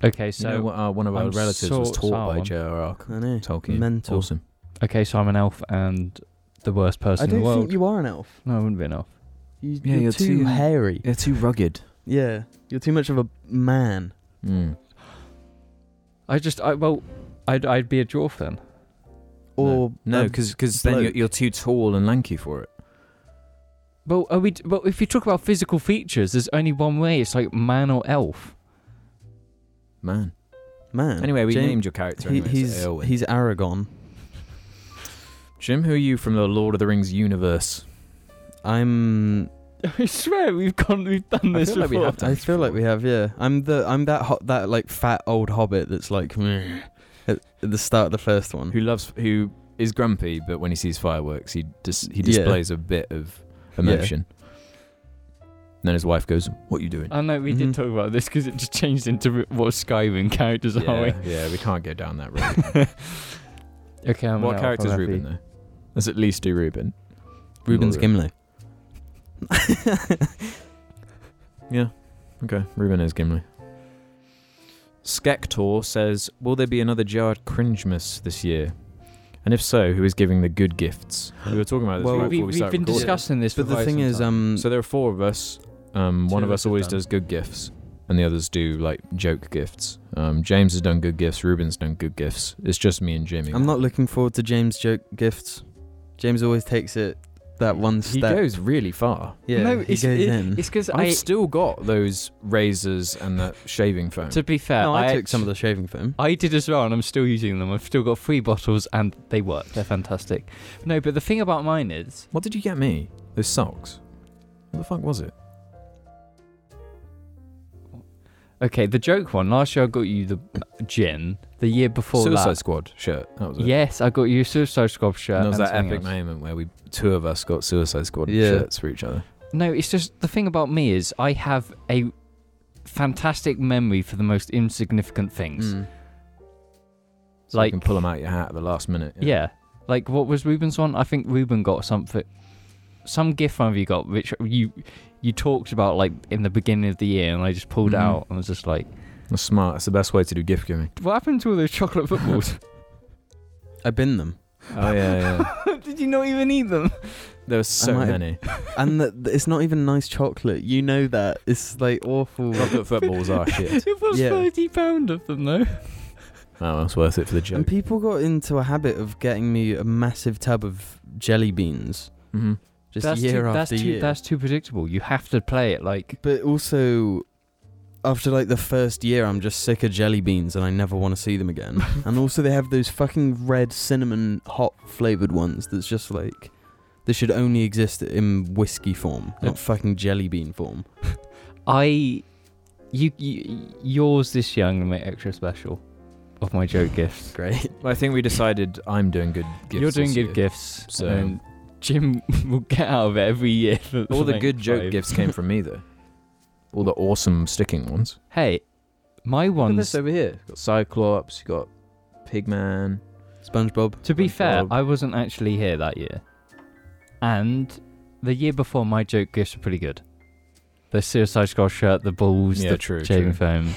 [SPEAKER 2] Okay,
[SPEAKER 1] You
[SPEAKER 2] so
[SPEAKER 1] know, uh, one of our
[SPEAKER 2] I'm
[SPEAKER 1] relatives was
[SPEAKER 2] so
[SPEAKER 1] taught by
[SPEAKER 2] Sauron.
[SPEAKER 1] J.R.R.
[SPEAKER 3] I know.
[SPEAKER 1] Tolkien.
[SPEAKER 3] Mental.
[SPEAKER 1] Awesome.
[SPEAKER 2] okay, so I'm an elf and the worst
[SPEAKER 3] I
[SPEAKER 2] person in
[SPEAKER 3] don't
[SPEAKER 2] the world.
[SPEAKER 3] think you are an elf.
[SPEAKER 2] No, I wouldn't be an elf.
[SPEAKER 3] You,
[SPEAKER 1] Yeah,
[SPEAKER 3] you're,
[SPEAKER 1] you're
[SPEAKER 3] too
[SPEAKER 1] too-
[SPEAKER 3] hairy.
[SPEAKER 1] They're too rugged.
[SPEAKER 3] Yeah, you're too much of a man.
[SPEAKER 1] Hmm.
[SPEAKER 2] I just, I well, I'd, I'd be a dwarf then.
[SPEAKER 3] Or
[SPEAKER 1] No,
[SPEAKER 3] um,
[SPEAKER 1] because then you're,
[SPEAKER 3] bloke.
[SPEAKER 1] you're too tall and lanky for it.
[SPEAKER 2] Well, are we? Well, if you talk about physical features, there's only one way. It's like man or elf.
[SPEAKER 1] Man.
[SPEAKER 3] man.
[SPEAKER 1] Anyway, we
[SPEAKER 3] Jam-
[SPEAKER 1] named your character.
[SPEAKER 3] he-
[SPEAKER 1] anyway, so
[SPEAKER 3] he's
[SPEAKER 1] Eowyn.
[SPEAKER 3] he's Aragon.
[SPEAKER 1] Jim, who are you from the Lord of the Rings universe?
[SPEAKER 3] I'm.
[SPEAKER 2] I swear we've gone, we've done
[SPEAKER 1] I
[SPEAKER 2] this
[SPEAKER 1] feel like we
[SPEAKER 2] before.
[SPEAKER 1] have done
[SPEAKER 3] I
[SPEAKER 1] this
[SPEAKER 3] feel like
[SPEAKER 1] before.
[SPEAKER 3] we have. Yeah, I'm the I'm that hot that like fat old hobbit that's like "Meh," at, at the start of the first one.
[SPEAKER 1] Who loves? Who is grumpy? But when he sees fireworks, he dis- he
[SPEAKER 3] Yeah.
[SPEAKER 1] displays a bit of emotion. And then his wife goes, "What are you doing?"
[SPEAKER 2] I know we
[SPEAKER 3] Mhm.
[SPEAKER 2] did talk about this because it just changed into r- what Skyrim characters are.
[SPEAKER 1] yeah, yeah, we can't go down that road.
[SPEAKER 2] we? Okay, I'm an
[SPEAKER 1] what
[SPEAKER 2] elf,
[SPEAKER 1] character's
[SPEAKER 2] I'm happy.
[SPEAKER 1] Reuben though? Let's at least do Reuben.
[SPEAKER 3] Reuben's
[SPEAKER 1] Or-
[SPEAKER 3] Gimli.
[SPEAKER 1] Yeah. Okay, Ruben is Gimli. Skektor says, "Will there be another Gerard Cringemas this year? And if so, who is giving the good gifts?" We were talking about this
[SPEAKER 3] Well,
[SPEAKER 1] right
[SPEAKER 3] we-
[SPEAKER 1] before we
[SPEAKER 2] we, we've
[SPEAKER 1] started
[SPEAKER 2] been
[SPEAKER 1] recording.
[SPEAKER 2] discussing this.
[SPEAKER 3] But
[SPEAKER 2] for
[SPEAKER 3] the
[SPEAKER 2] quite
[SPEAKER 3] thing
[SPEAKER 2] some
[SPEAKER 3] is,
[SPEAKER 2] time.
[SPEAKER 3] um,
[SPEAKER 1] So there are four of us. Um,
[SPEAKER 3] Two
[SPEAKER 1] one
[SPEAKER 3] of
[SPEAKER 1] of
[SPEAKER 3] us
[SPEAKER 1] us
[SPEAKER 3] have
[SPEAKER 1] always
[SPEAKER 3] done.
[SPEAKER 1] does good gifts, and the others do like joke gifts. Um, James has done good gifts. Ruben's done good gifts. It's just me and Jimmy.
[SPEAKER 3] I'm not looking forward to James' joke gifts. James always takes it that one
[SPEAKER 1] He
[SPEAKER 3] step.
[SPEAKER 1] goes really far.
[SPEAKER 3] yeah,
[SPEAKER 2] no,
[SPEAKER 3] he
[SPEAKER 2] it's,
[SPEAKER 3] goes in.
[SPEAKER 2] it's because
[SPEAKER 1] I've
[SPEAKER 2] I.
[SPEAKER 1] still got those razors and that shaving foam.
[SPEAKER 2] To be fair,
[SPEAKER 3] no, I, took
[SPEAKER 2] act-
[SPEAKER 3] some of the shaving foam.
[SPEAKER 2] I did as well, and I'm still using them. I've still got three bottles, and they work. They're fantastic. No, but the thing about mine is,
[SPEAKER 1] What did you get me? Those socks. What the fuck was it?
[SPEAKER 2] okay, the joke one. Last year I got you the gin. The year before
[SPEAKER 1] Suicide
[SPEAKER 2] that,
[SPEAKER 1] Squad shirt. That was it.
[SPEAKER 2] yes, I got you a Suicide Squad shirt.
[SPEAKER 1] And there was that
[SPEAKER 2] something
[SPEAKER 1] epic
[SPEAKER 2] else.
[SPEAKER 1] moment where we two of us got Suicide Squad
[SPEAKER 3] Yeah.
[SPEAKER 1] shirts for each other.
[SPEAKER 2] No, it's just the thing about me is I have a fantastic memory for the most insignificant things.
[SPEAKER 3] Mm.
[SPEAKER 1] So
[SPEAKER 2] Like-
[SPEAKER 1] you can pull them out your hat at the last minute.
[SPEAKER 2] Yeah. Like what was Ruben's one? I think Ruben got something some gift one of you got which you you talked about like in the beginning of the year and I just pulled it
[SPEAKER 1] Mhm.
[SPEAKER 2] out and was just like
[SPEAKER 1] That's smart. That's the best way to do gift giving.
[SPEAKER 2] what happened to all those chocolate footballs?
[SPEAKER 3] I bin them,
[SPEAKER 1] Oh yeah, yeah.
[SPEAKER 2] Did you not even eat them?
[SPEAKER 1] there were so
[SPEAKER 3] might have-
[SPEAKER 1] many.
[SPEAKER 3] and the, the- it's not even nice chocolate. You know that it's like awful.
[SPEAKER 1] Chocolate footballs are shit.
[SPEAKER 2] it was
[SPEAKER 3] Yeah.
[SPEAKER 2] 30 pound of them though.
[SPEAKER 1] Oh, that's worth it for the joke.
[SPEAKER 3] And people got into a habit of getting me a massive tub of jelly beans
[SPEAKER 1] hmm
[SPEAKER 3] just
[SPEAKER 2] that's
[SPEAKER 3] year
[SPEAKER 2] too,
[SPEAKER 3] after
[SPEAKER 2] that's
[SPEAKER 3] year.
[SPEAKER 2] Too, that's too predictable. You have to play it like
[SPEAKER 3] But also, after like the first year, I'm just sick of jelly beans and I never want to see them again. and also, they have those fucking red cinnamon hot flavored ones that's just like. They should only exist in whiskey form,
[SPEAKER 1] Yeah.
[SPEAKER 3] not fucking jelly bean form.
[SPEAKER 2] I, you, you yours this year. I'm gonna make extra special of my joke gifts.
[SPEAKER 3] Great.
[SPEAKER 1] I think we decided I'm doing good gifts.
[SPEAKER 2] You're doing
[SPEAKER 1] this
[SPEAKER 2] good
[SPEAKER 1] year.
[SPEAKER 2] gifts,
[SPEAKER 1] So-
[SPEAKER 2] and Jim will get out of it every year. for
[SPEAKER 1] All the
[SPEAKER 2] next
[SPEAKER 1] good joke
[SPEAKER 2] five.
[SPEAKER 1] gifts came from me though. All the awesome sticking ones.
[SPEAKER 2] Hey, my
[SPEAKER 1] Look at
[SPEAKER 2] ones.
[SPEAKER 1] this over here. You've got Cyclops. You got Pigman.
[SPEAKER 3] SpongeBob.
[SPEAKER 2] To be
[SPEAKER 1] SpongeBob.
[SPEAKER 2] fair, I wasn't actually here that year, and the year before, my joke gifts were pretty good. The Suicide Squad shirt, the balls,
[SPEAKER 1] Yeah,
[SPEAKER 2] the
[SPEAKER 1] true,
[SPEAKER 2] shaving
[SPEAKER 1] true.
[SPEAKER 2] foam.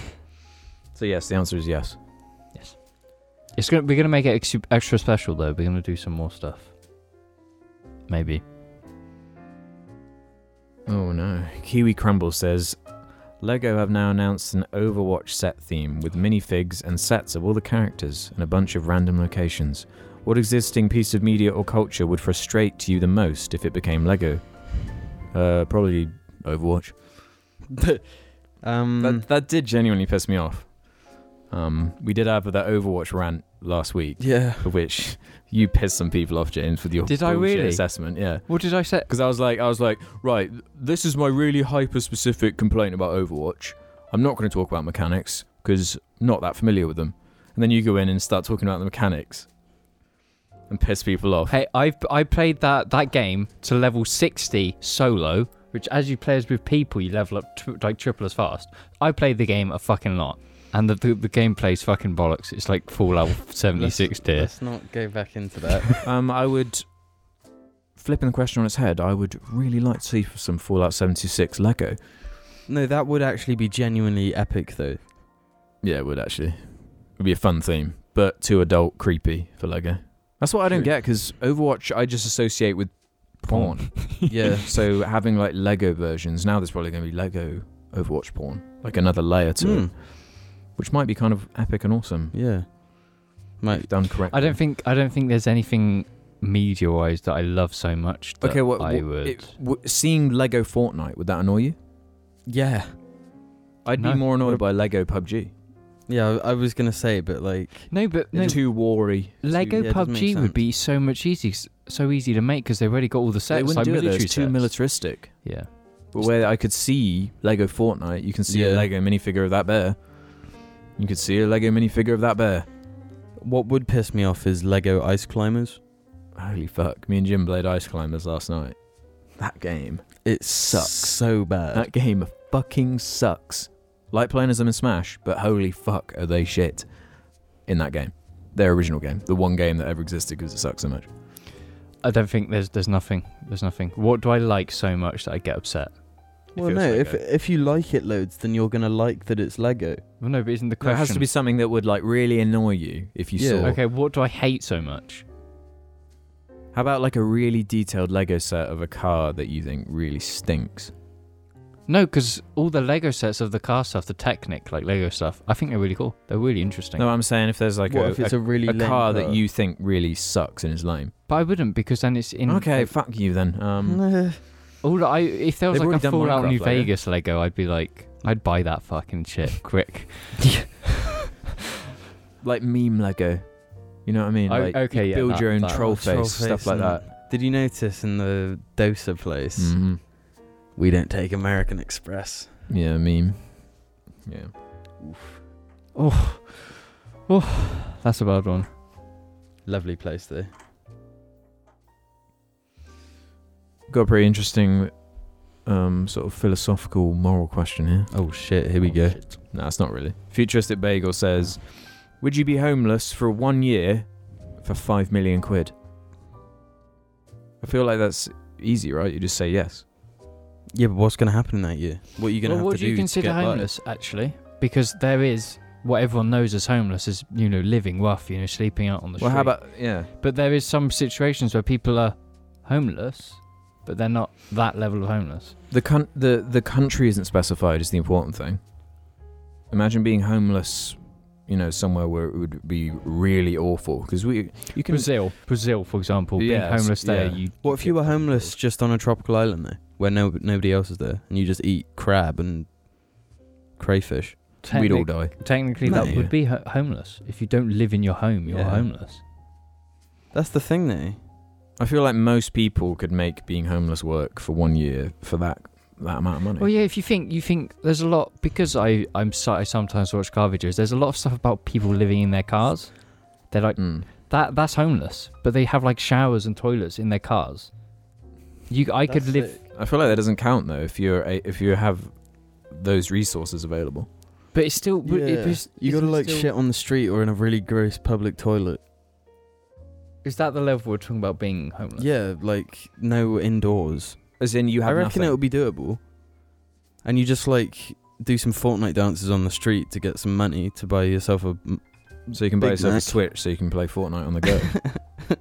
[SPEAKER 1] So yes, the answer is yes.
[SPEAKER 2] It's gonna. We're gonna make it ex- extra special though. We're gonna do some more stuff. Maybe.
[SPEAKER 1] Oh no. Kiwi Crumble says Lego have now announced an Overwatch set theme with minifigs and sets of all the characters in a bunch of random locations. What existing piece of media or culture would frustrate you the most if it became Lego? Uh, probably Overwatch. Hmm.
[SPEAKER 3] um,
[SPEAKER 1] That, that did genuinely piss me off. Um, we did have that Overwatch rant last week,
[SPEAKER 3] yeah.
[SPEAKER 1] of which you pissed some people off, James, with your
[SPEAKER 2] Did I
[SPEAKER 1] bullshit
[SPEAKER 2] really?
[SPEAKER 1] assessment. Yeah.
[SPEAKER 2] What did I say?
[SPEAKER 1] Because I was like, I was like, right, this is my really hyper specific complaint about Overwatch. I'm not going to talk about mechanics because I'm not that familiar with them. And then you go in and start talking about the mechanics and piss people off.
[SPEAKER 2] Hey, I I played that that game to level 60 solo, which as you play as with people, you level up tr- like triple as fast. I played the game a fucking lot, and the the, the game plays fucking bollocks. It's like full level 76 tier.
[SPEAKER 3] Let's not go back into that.
[SPEAKER 1] Um, I would flipping the question on its head. I would really like to see some Fallout 76 Lego.
[SPEAKER 3] no, that would actually be genuinely epic, though.
[SPEAKER 1] Yeah, it would actually. It would be a fun theme, but too adult, creepy for Lego. That's what I don't get because Overwatch I just associate with porn.
[SPEAKER 3] Yeah.
[SPEAKER 1] So having like Lego versions now, there's probably going to be Lego Overwatch porn, like another layer to it,
[SPEAKER 3] Mm,
[SPEAKER 1] which might be kind of epic and awesome
[SPEAKER 3] yeah.
[SPEAKER 1] if
[SPEAKER 3] Might.
[SPEAKER 1] done correctly.
[SPEAKER 2] I don't think I don't think there's anything media-wise that I love so much. That
[SPEAKER 1] Okay, what,
[SPEAKER 2] I
[SPEAKER 1] what-
[SPEAKER 2] would.
[SPEAKER 1] it- w- seeing Lego Fortnite would that annoy you?
[SPEAKER 3] Yeah.
[SPEAKER 1] I'd
[SPEAKER 2] No.
[SPEAKER 1] be more annoyed by Lego PUBG.
[SPEAKER 3] Yeah, I I was gonna say, but like,
[SPEAKER 2] no, but no,
[SPEAKER 1] Too wary.
[SPEAKER 2] Lego
[SPEAKER 3] yeah, it doesn't make
[SPEAKER 2] PUBG
[SPEAKER 3] sense.
[SPEAKER 2] would be so much easy, so easy to make because they've already got all the sets.
[SPEAKER 1] they wouldn't
[SPEAKER 2] like
[SPEAKER 1] do it. though,
[SPEAKER 2] military
[SPEAKER 1] It's too
[SPEAKER 2] sets.
[SPEAKER 1] militaristic.
[SPEAKER 2] Yeah.
[SPEAKER 1] But where I could see Lego Fortnite, you can see a
[SPEAKER 3] Yeah.
[SPEAKER 1] Lego minifigure of that bear. You could see a Lego minifigure of that bear.
[SPEAKER 3] what would piss me off is Lego ice climbers.
[SPEAKER 1] Holy fuck! Me and Jim played ice climbers last night. That game.
[SPEAKER 3] It
[SPEAKER 1] sucks.
[SPEAKER 3] so bad.
[SPEAKER 1] That game fucking sucks. Like playing as them in Smash, but holy fuck are they shit in that game. Their original game. The one game that ever existed because it sucks so much.
[SPEAKER 2] I don't think there's there's nothing there's nothing. What do I like so much that I get upset?
[SPEAKER 3] Well,
[SPEAKER 1] it was
[SPEAKER 3] no.
[SPEAKER 1] Lego.
[SPEAKER 3] If if you like it loads, then you're gonna like that it's Lego.
[SPEAKER 2] Well, no, but isn't the
[SPEAKER 1] No,
[SPEAKER 2] question?
[SPEAKER 1] it has to be something that would like really annoy you if you
[SPEAKER 3] Yeah.
[SPEAKER 1] saw.
[SPEAKER 2] Okay, what do I hate so much?
[SPEAKER 1] How about like a really detailed Lego set of a car that you think really stinks?
[SPEAKER 2] No, because all the Lego sets of the car stuff, the Technic, like Lego stuff, I think they're really cool. They're really interesting.
[SPEAKER 1] No, I'm saying if there's like
[SPEAKER 3] what
[SPEAKER 1] a,
[SPEAKER 3] if it's
[SPEAKER 1] a,
[SPEAKER 3] a, really
[SPEAKER 1] a
[SPEAKER 3] lame
[SPEAKER 1] car that you think really sucks and is lame.
[SPEAKER 2] But I wouldn't because then it's in.
[SPEAKER 1] okay, fuck you then. Um,
[SPEAKER 3] Nah.
[SPEAKER 2] All I if there was
[SPEAKER 1] They've
[SPEAKER 2] like
[SPEAKER 1] already
[SPEAKER 2] a
[SPEAKER 1] done
[SPEAKER 2] Fallout
[SPEAKER 1] Minecraft
[SPEAKER 2] New
[SPEAKER 1] Lego.
[SPEAKER 2] Vegas Lego, I'd be like, I'd buy that fucking shit quick.
[SPEAKER 1] like meme Lego. You know what I mean?
[SPEAKER 2] I-
[SPEAKER 1] like,
[SPEAKER 2] okay,
[SPEAKER 1] you
[SPEAKER 2] yeah,
[SPEAKER 1] build
[SPEAKER 2] that-
[SPEAKER 1] your own
[SPEAKER 2] that-
[SPEAKER 1] troll,
[SPEAKER 3] Oh,
[SPEAKER 1] face,
[SPEAKER 3] troll
[SPEAKER 1] stuff
[SPEAKER 3] face
[SPEAKER 1] like
[SPEAKER 3] and-
[SPEAKER 1] that.
[SPEAKER 3] Did you notice in the dosa place
[SPEAKER 1] hmm
[SPEAKER 3] we don't take American Express?
[SPEAKER 1] Yeah, meme. Yeah.
[SPEAKER 2] oh, oh, that's a bad one.
[SPEAKER 3] Lovely place though.
[SPEAKER 1] Got a pretty interesting um, sort of philosophical moral question here.
[SPEAKER 3] Oh shit! Here we go.
[SPEAKER 1] No, it's not really. Futuristic Bagel says, "Would you be homeless for one year for five million quid?" I feel like that's easy, right? You just say yes.
[SPEAKER 3] Yeah, but what's gonna happen in that year? What are you gonna
[SPEAKER 2] well,
[SPEAKER 3] have
[SPEAKER 2] what
[SPEAKER 3] to
[SPEAKER 2] do
[SPEAKER 3] do?
[SPEAKER 2] you consider
[SPEAKER 3] to get by?
[SPEAKER 2] homeless actually? Because there is what everyone knows as homeless is you know living rough, you know sleeping out on the
[SPEAKER 1] well,
[SPEAKER 2] street.
[SPEAKER 1] how about yeah?
[SPEAKER 2] But there is some situations where people are homeless, but they're not that level of homeless.
[SPEAKER 1] The con- the the country isn't specified is the important thing. Imagine being homeless, you know, somewhere where it would be really awful because we you can
[SPEAKER 2] Brazil, Brazil, for example,
[SPEAKER 1] Yes,
[SPEAKER 2] being homeless there,
[SPEAKER 1] yeah.
[SPEAKER 2] you
[SPEAKER 3] What if you were homeless just on a tropical island though, where no nobody else is there, and you just eat crab and crayfish?
[SPEAKER 1] we'd all
[SPEAKER 2] technic-
[SPEAKER 1] die.
[SPEAKER 2] Technically, that
[SPEAKER 3] No.
[SPEAKER 2] would be ho- homeless. If you don't live in your home, you're
[SPEAKER 3] Yeah.
[SPEAKER 2] homeless.
[SPEAKER 3] That's the thing though.
[SPEAKER 1] I feel like most people could make being homeless work for one year for that that amount of money.
[SPEAKER 2] Well, Oh, yeah. If you think you think there's a lot because I I'm so, I sometimes watch car videos. There's a lot of stuff about people living in their cars. They're like
[SPEAKER 1] Mm.
[SPEAKER 2] that. That's homeless, but they have like showers and toilets in their cars. You, I could live.
[SPEAKER 1] I feel like that doesn't count though if you're a, if you have those resources available.
[SPEAKER 2] But it's still. but it was-
[SPEAKER 3] you gotta
[SPEAKER 2] isn't it
[SPEAKER 3] like
[SPEAKER 2] still-
[SPEAKER 3] shit on the street or in a really gross public toilet.
[SPEAKER 2] Is that the level we're talking about being homeless?
[SPEAKER 3] Yeah, like no indoors.
[SPEAKER 1] As in, you have
[SPEAKER 3] I
[SPEAKER 1] nothing.
[SPEAKER 3] reckon it'll be doable. And you just like do some Fortnite dances on the street to get some money to buy yourself a.
[SPEAKER 1] so you can buy
[SPEAKER 3] Big
[SPEAKER 1] yourself a
[SPEAKER 3] Mac.
[SPEAKER 1] Switch, so you can play Fortnite on the go.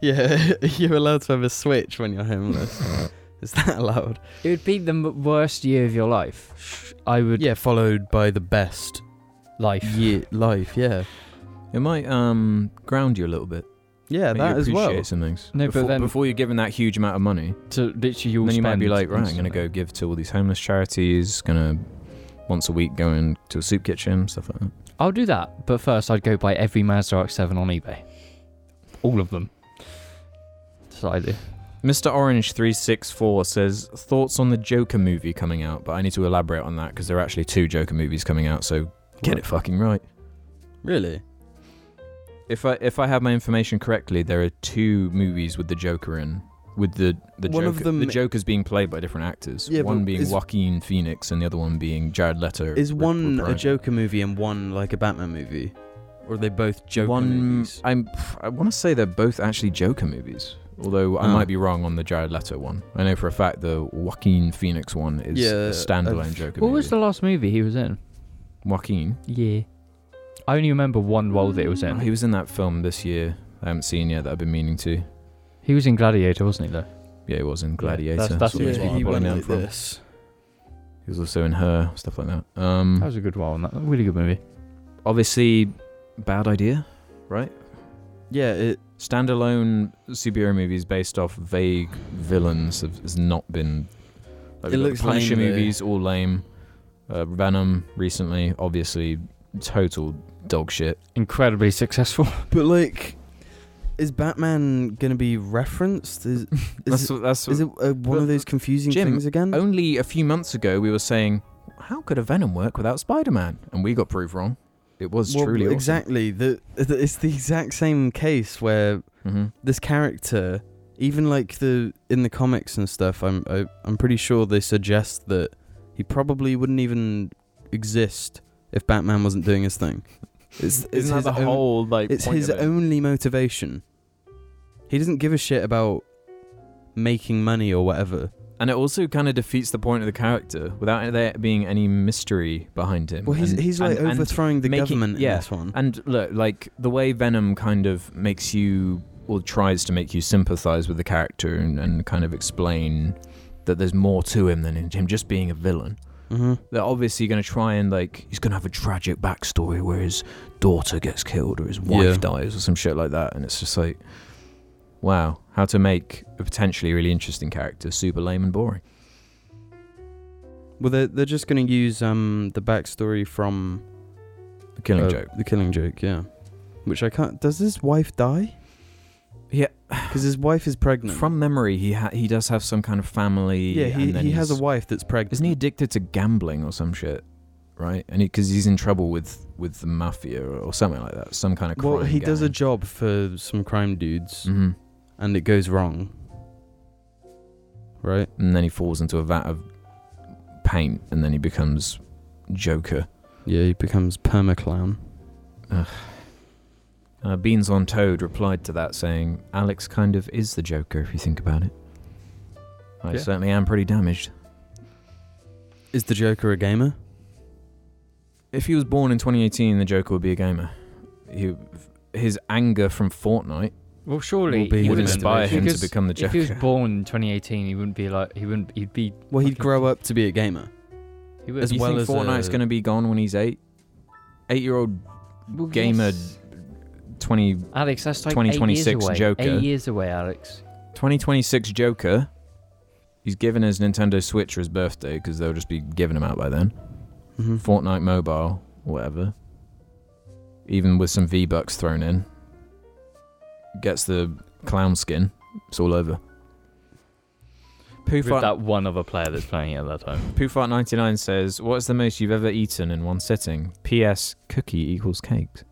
[SPEAKER 3] yeah, you're allowed to have a switch when you're homeless. Is that allowed?
[SPEAKER 2] It would be the m- worst year of your life. Sh- I would
[SPEAKER 3] Yeah, followed by the best
[SPEAKER 2] life.
[SPEAKER 3] year life. Yeah,
[SPEAKER 1] it might um ground you a little bit.
[SPEAKER 3] yeah,
[SPEAKER 1] make
[SPEAKER 3] that
[SPEAKER 1] you
[SPEAKER 3] as
[SPEAKER 1] appreciate
[SPEAKER 3] well.
[SPEAKER 1] Some things.
[SPEAKER 2] No, but
[SPEAKER 1] before,
[SPEAKER 2] then-
[SPEAKER 1] before you're given that huge amount of money,
[SPEAKER 2] To literally, you'll
[SPEAKER 1] then you might be
[SPEAKER 2] spend
[SPEAKER 1] like, right, I'm gonna
[SPEAKER 2] instantly.
[SPEAKER 1] go give to all these homeless charities. Gonna once a week go into a soup kitchen, stuff like that.
[SPEAKER 2] I'll do that, but first I'd go buy every Mazda RX-7 on eBay, all of them. That's what I do.
[SPEAKER 1] Mr. Orange three six four says thoughts on the Joker movie coming out, but I need to elaborate on that because there are actually two Joker movies coming out. So get it fucking right.
[SPEAKER 3] Really?
[SPEAKER 1] If I if I have my information correctly, there are two movies with the Joker in, with the the
[SPEAKER 3] One
[SPEAKER 1] Joker,
[SPEAKER 3] of them-
[SPEAKER 1] the Joker's being played by different actors.
[SPEAKER 3] Yeah,
[SPEAKER 1] one
[SPEAKER 3] but
[SPEAKER 1] being
[SPEAKER 3] is-
[SPEAKER 1] Joaquin Phoenix and the other one being Jared Leto.
[SPEAKER 3] Is
[SPEAKER 1] rep-
[SPEAKER 3] one a
[SPEAKER 1] reprising.
[SPEAKER 3] Joker movie and one like a Batman movie, or are they both Joker
[SPEAKER 1] One,
[SPEAKER 3] movies?
[SPEAKER 1] I'm pff, I want to say they're both actually Joker movies. Although I
[SPEAKER 3] Oh.
[SPEAKER 1] might be wrong on the Jared Leto one. I know for a fact the Joaquin Phoenix one is
[SPEAKER 3] Yeah,
[SPEAKER 1] a standalone
[SPEAKER 3] I've-
[SPEAKER 1] Joker
[SPEAKER 2] What
[SPEAKER 1] movie.
[SPEAKER 2] was the last movie he was in?
[SPEAKER 1] Joaquin?
[SPEAKER 2] Yeah, I only remember one role that it was
[SPEAKER 1] Oh,
[SPEAKER 2] in.
[SPEAKER 1] he was in that film this year. I haven't seen yet that I've been meaning to.
[SPEAKER 2] He was in Gladiator, wasn't he? Though.
[SPEAKER 1] Yeah, he was in Gladiator.
[SPEAKER 2] that's-
[SPEAKER 1] that's
[SPEAKER 2] that's
[SPEAKER 1] what
[SPEAKER 2] what
[SPEAKER 1] he's
[SPEAKER 2] he
[SPEAKER 1] probably
[SPEAKER 2] went
[SPEAKER 1] known
[SPEAKER 3] like
[SPEAKER 1] from.
[SPEAKER 3] this.
[SPEAKER 1] He was also in Her, stuff like that. Um,
[SPEAKER 2] That was a good role. In that. Really good movie.
[SPEAKER 1] obviously bad idea, right?
[SPEAKER 3] Yeah, it,
[SPEAKER 1] Standalone superhero movies based off vague villains have, has not been.
[SPEAKER 3] It
[SPEAKER 1] we've got the
[SPEAKER 3] looks
[SPEAKER 1] Punisher
[SPEAKER 3] lame, though.
[SPEAKER 1] movies all lame. Uh, Venom recently, obviously, total dog shit.
[SPEAKER 2] Incredibly successful.
[SPEAKER 3] but like, is Batman gonna be referenced? Is
[SPEAKER 1] That's
[SPEAKER 3] is, it,
[SPEAKER 1] what- that's
[SPEAKER 3] is
[SPEAKER 1] what-
[SPEAKER 3] it uh, one
[SPEAKER 1] but-
[SPEAKER 3] of those confusing
[SPEAKER 1] Jim,
[SPEAKER 3] things again?
[SPEAKER 1] only a few months ago we were saying how could a Venom work without Spider-Man, and we got proved wrong. It was
[SPEAKER 3] Well,
[SPEAKER 1] truly awesome.
[SPEAKER 3] exactly. The, the it's the exact same case where
[SPEAKER 1] Mhm.
[SPEAKER 3] this character, even like the in the comics and stuff, I'm I, I'm pretty sure they suggest that he probably wouldn't even exist if Batman wasn't doing his thing. It's, it's
[SPEAKER 1] Isn't that
[SPEAKER 3] his
[SPEAKER 1] the
[SPEAKER 3] own-
[SPEAKER 1] whole like?
[SPEAKER 3] It's
[SPEAKER 1] point
[SPEAKER 3] his
[SPEAKER 1] of it?
[SPEAKER 3] only motivation. He doesn't give a shit about making money or whatever.
[SPEAKER 1] And it also kind of defeats the point of the character without there being any mystery behind him.
[SPEAKER 3] Well, he's
[SPEAKER 1] And-
[SPEAKER 3] he's like
[SPEAKER 1] and- and-
[SPEAKER 3] overthrowing the
[SPEAKER 1] making-
[SPEAKER 3] government
[SPEAKER 1] yeah,
[SPEAKER 3] in this one.
[SPEAKER 1] And look, like the way Venom kind of makes you or tries to make you sympathize with the character and, and kind of explain that there's more to him than him just being a villain.
[SPEAKER 3] hmm
[SPEAKER 1] They're obviously going to try and like he's going to have a tragic backstory where his daughter gets killed or his wife
[SPEAKER 3] Yeah.
[SPEAKER 1] dies or some shit like that, and it's just like, wow, how to make a potentially really interesting character super lame and boring.
[SPEAKER 3] Well, they're they're just gonna use um the backstory from
[SPEAKER 1] The Killing
[SPEAKER 3] uh,
[SPEAKER 1] Joke.
[SPEAKER 3] The Killing Joke, yeah. Which I can't. Does his wife die?
[SPEAKER 1] Yeah.
[SPEAKER 3] Because his wife is pregnant.
[SPEAKER 1] From memory, he ha- he does have some kind of family.
[SPEAKER 3] yeah, he,
[SPEAKER 1] and then
[SPEAKER 3] he has a
[SPEAKER 1] he's-
[SPEAKER 3] wife that's pregnant.
[SPEAKER 1] Isn't he addicted to gambling or some shit? Right, and because he's in trouble with with the mafia or, or something like that, some kind of crime.
[SPEAKER 3] Well, he does a job for some crime dudes,
[SPEAKER 1] hmm
[SPEAKER 3] and it goes wrong. Right.
[SPEAKER 1] and then he falls into a vat of paint, and then he becomes Joker.
[SPEAKER 3] Yeah, he becomes perma clown.
[SPEAKER 1] Uh, Beans on Toad replied to that, saying, "Alex kind of is the Joker if you think about it. I
[SPEAKER 2] Yeah.
[SPEAKER 1] certainly am pretty damaged.
[SPEAKER 3] Is the Joker a gamer?
[SPEAKER 1] If he was born in 2018, the Joker would be a gamer. He, his anger from Fortnite
[SPEAKER 2] Well, surely
[SPEAKER 3] Will be
[SPEAKER 2] he
[SPEAKER 1] would
[SPEAKER 3] wouldn't-
[SPEAKER 1] inspire him to
[SPEAKER 2] because
[SPEAKER 1] become the
[SPEAKER 2] If
[SPEAKER 1] Joker.
[SPEAKER 2] he was born in 2018, he wouldn't be like he wouldn't. He'd be
[SPEAKER 3] Well, he'd
[SPEAKER 2] Fucking-
[SPEAKER 3] grow up to be a gamer.
[SPEAKER 2] he would
[SPEAKER 3] As
[SPEAKER 1] Do you
[SPEAKER 3] well
[SPEAKER 1] think
[SPEAKER 3] as uh,
[SPEAKER 1] Fortnite's
[SPEAKER 3] a-
[SPEAKER 1] going to be gone when he's eight? Eight-year-old,
[SPEAKER 2] Well,
[SPEAKER 1] gamer
[SPEAKER 2] yes.
[SPEAKER 1] 20,
[SPEAKER 2] Alex, that's like
[SPEAKER 1] 2026
[SPEAKER 2] eight years away.
[SPEAKER 1] Joker.
[SPEAKER 2] Eight years away, Alex.
[SPEAKER 1] 2026 Joker. He's given his Nintendo Switch for his birthday because they'll just be giving him out by then.
[SPEAKER 3] Mm-hmm.
[SPEAKER 1] Fortnite Mobile, whatever. Even with some V Bucks thrown in. Gets the clown skin. It's all over.
[SPEAKER 2] With
[SPEAKER 1] Poofart,
[SPEAKER 2] that one other player that's playing it at that time.
[SPEAKER 1] Poofart99 says, What is the most you've ever eaten in one sitting? P.S. Cookie equals cakes.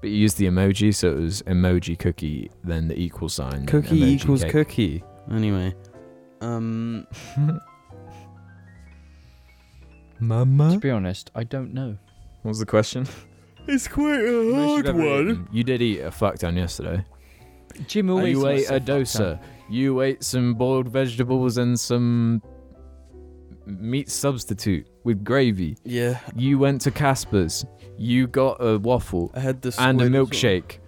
[SPEAKER 1] But you used the emoji, so it was emoji cookie, then the equal sign. then
[SPEAKER 3] Cookie
[SPEAKER 1] emoji
[SPEAKER 3] equals
[SPEAKER 1] cake.
[SPEAKER 3] cookie. Anyway, um,
[SPEAKER 2] to
[SPEAKER 1] Mama?
[SPEAKER 2] be honest, I don't know.
[SPEAKER 1] What was the question?
[SPEAKER 3] it's quite a
[SPEAKER 1] You did eat a fuck ton yesterday.
[SPEAKER 2] Jim
[SPEAKER 1] Oh,
[SPEAKER 2] always
[SPEAKER 1] you
[SPEAKER 2] likes
[SPEAKER 1] ate a
[SPEAKER 2] to fuck
[SPEAKER 1] dosa.
[SPEAKER 2] up.
[SPEAKER 1] You ate some boiled vegetables and some meat substitute with gravy.
[SPEAKER 3] Yeah,
[SPEAKER 1] You went to Casper's. You got a waffle
[SPEAKER 3] I had the squid
[SPEAKER 1] and a
[SPEAKER 3] as well.
[SPEAKER 1] milkshake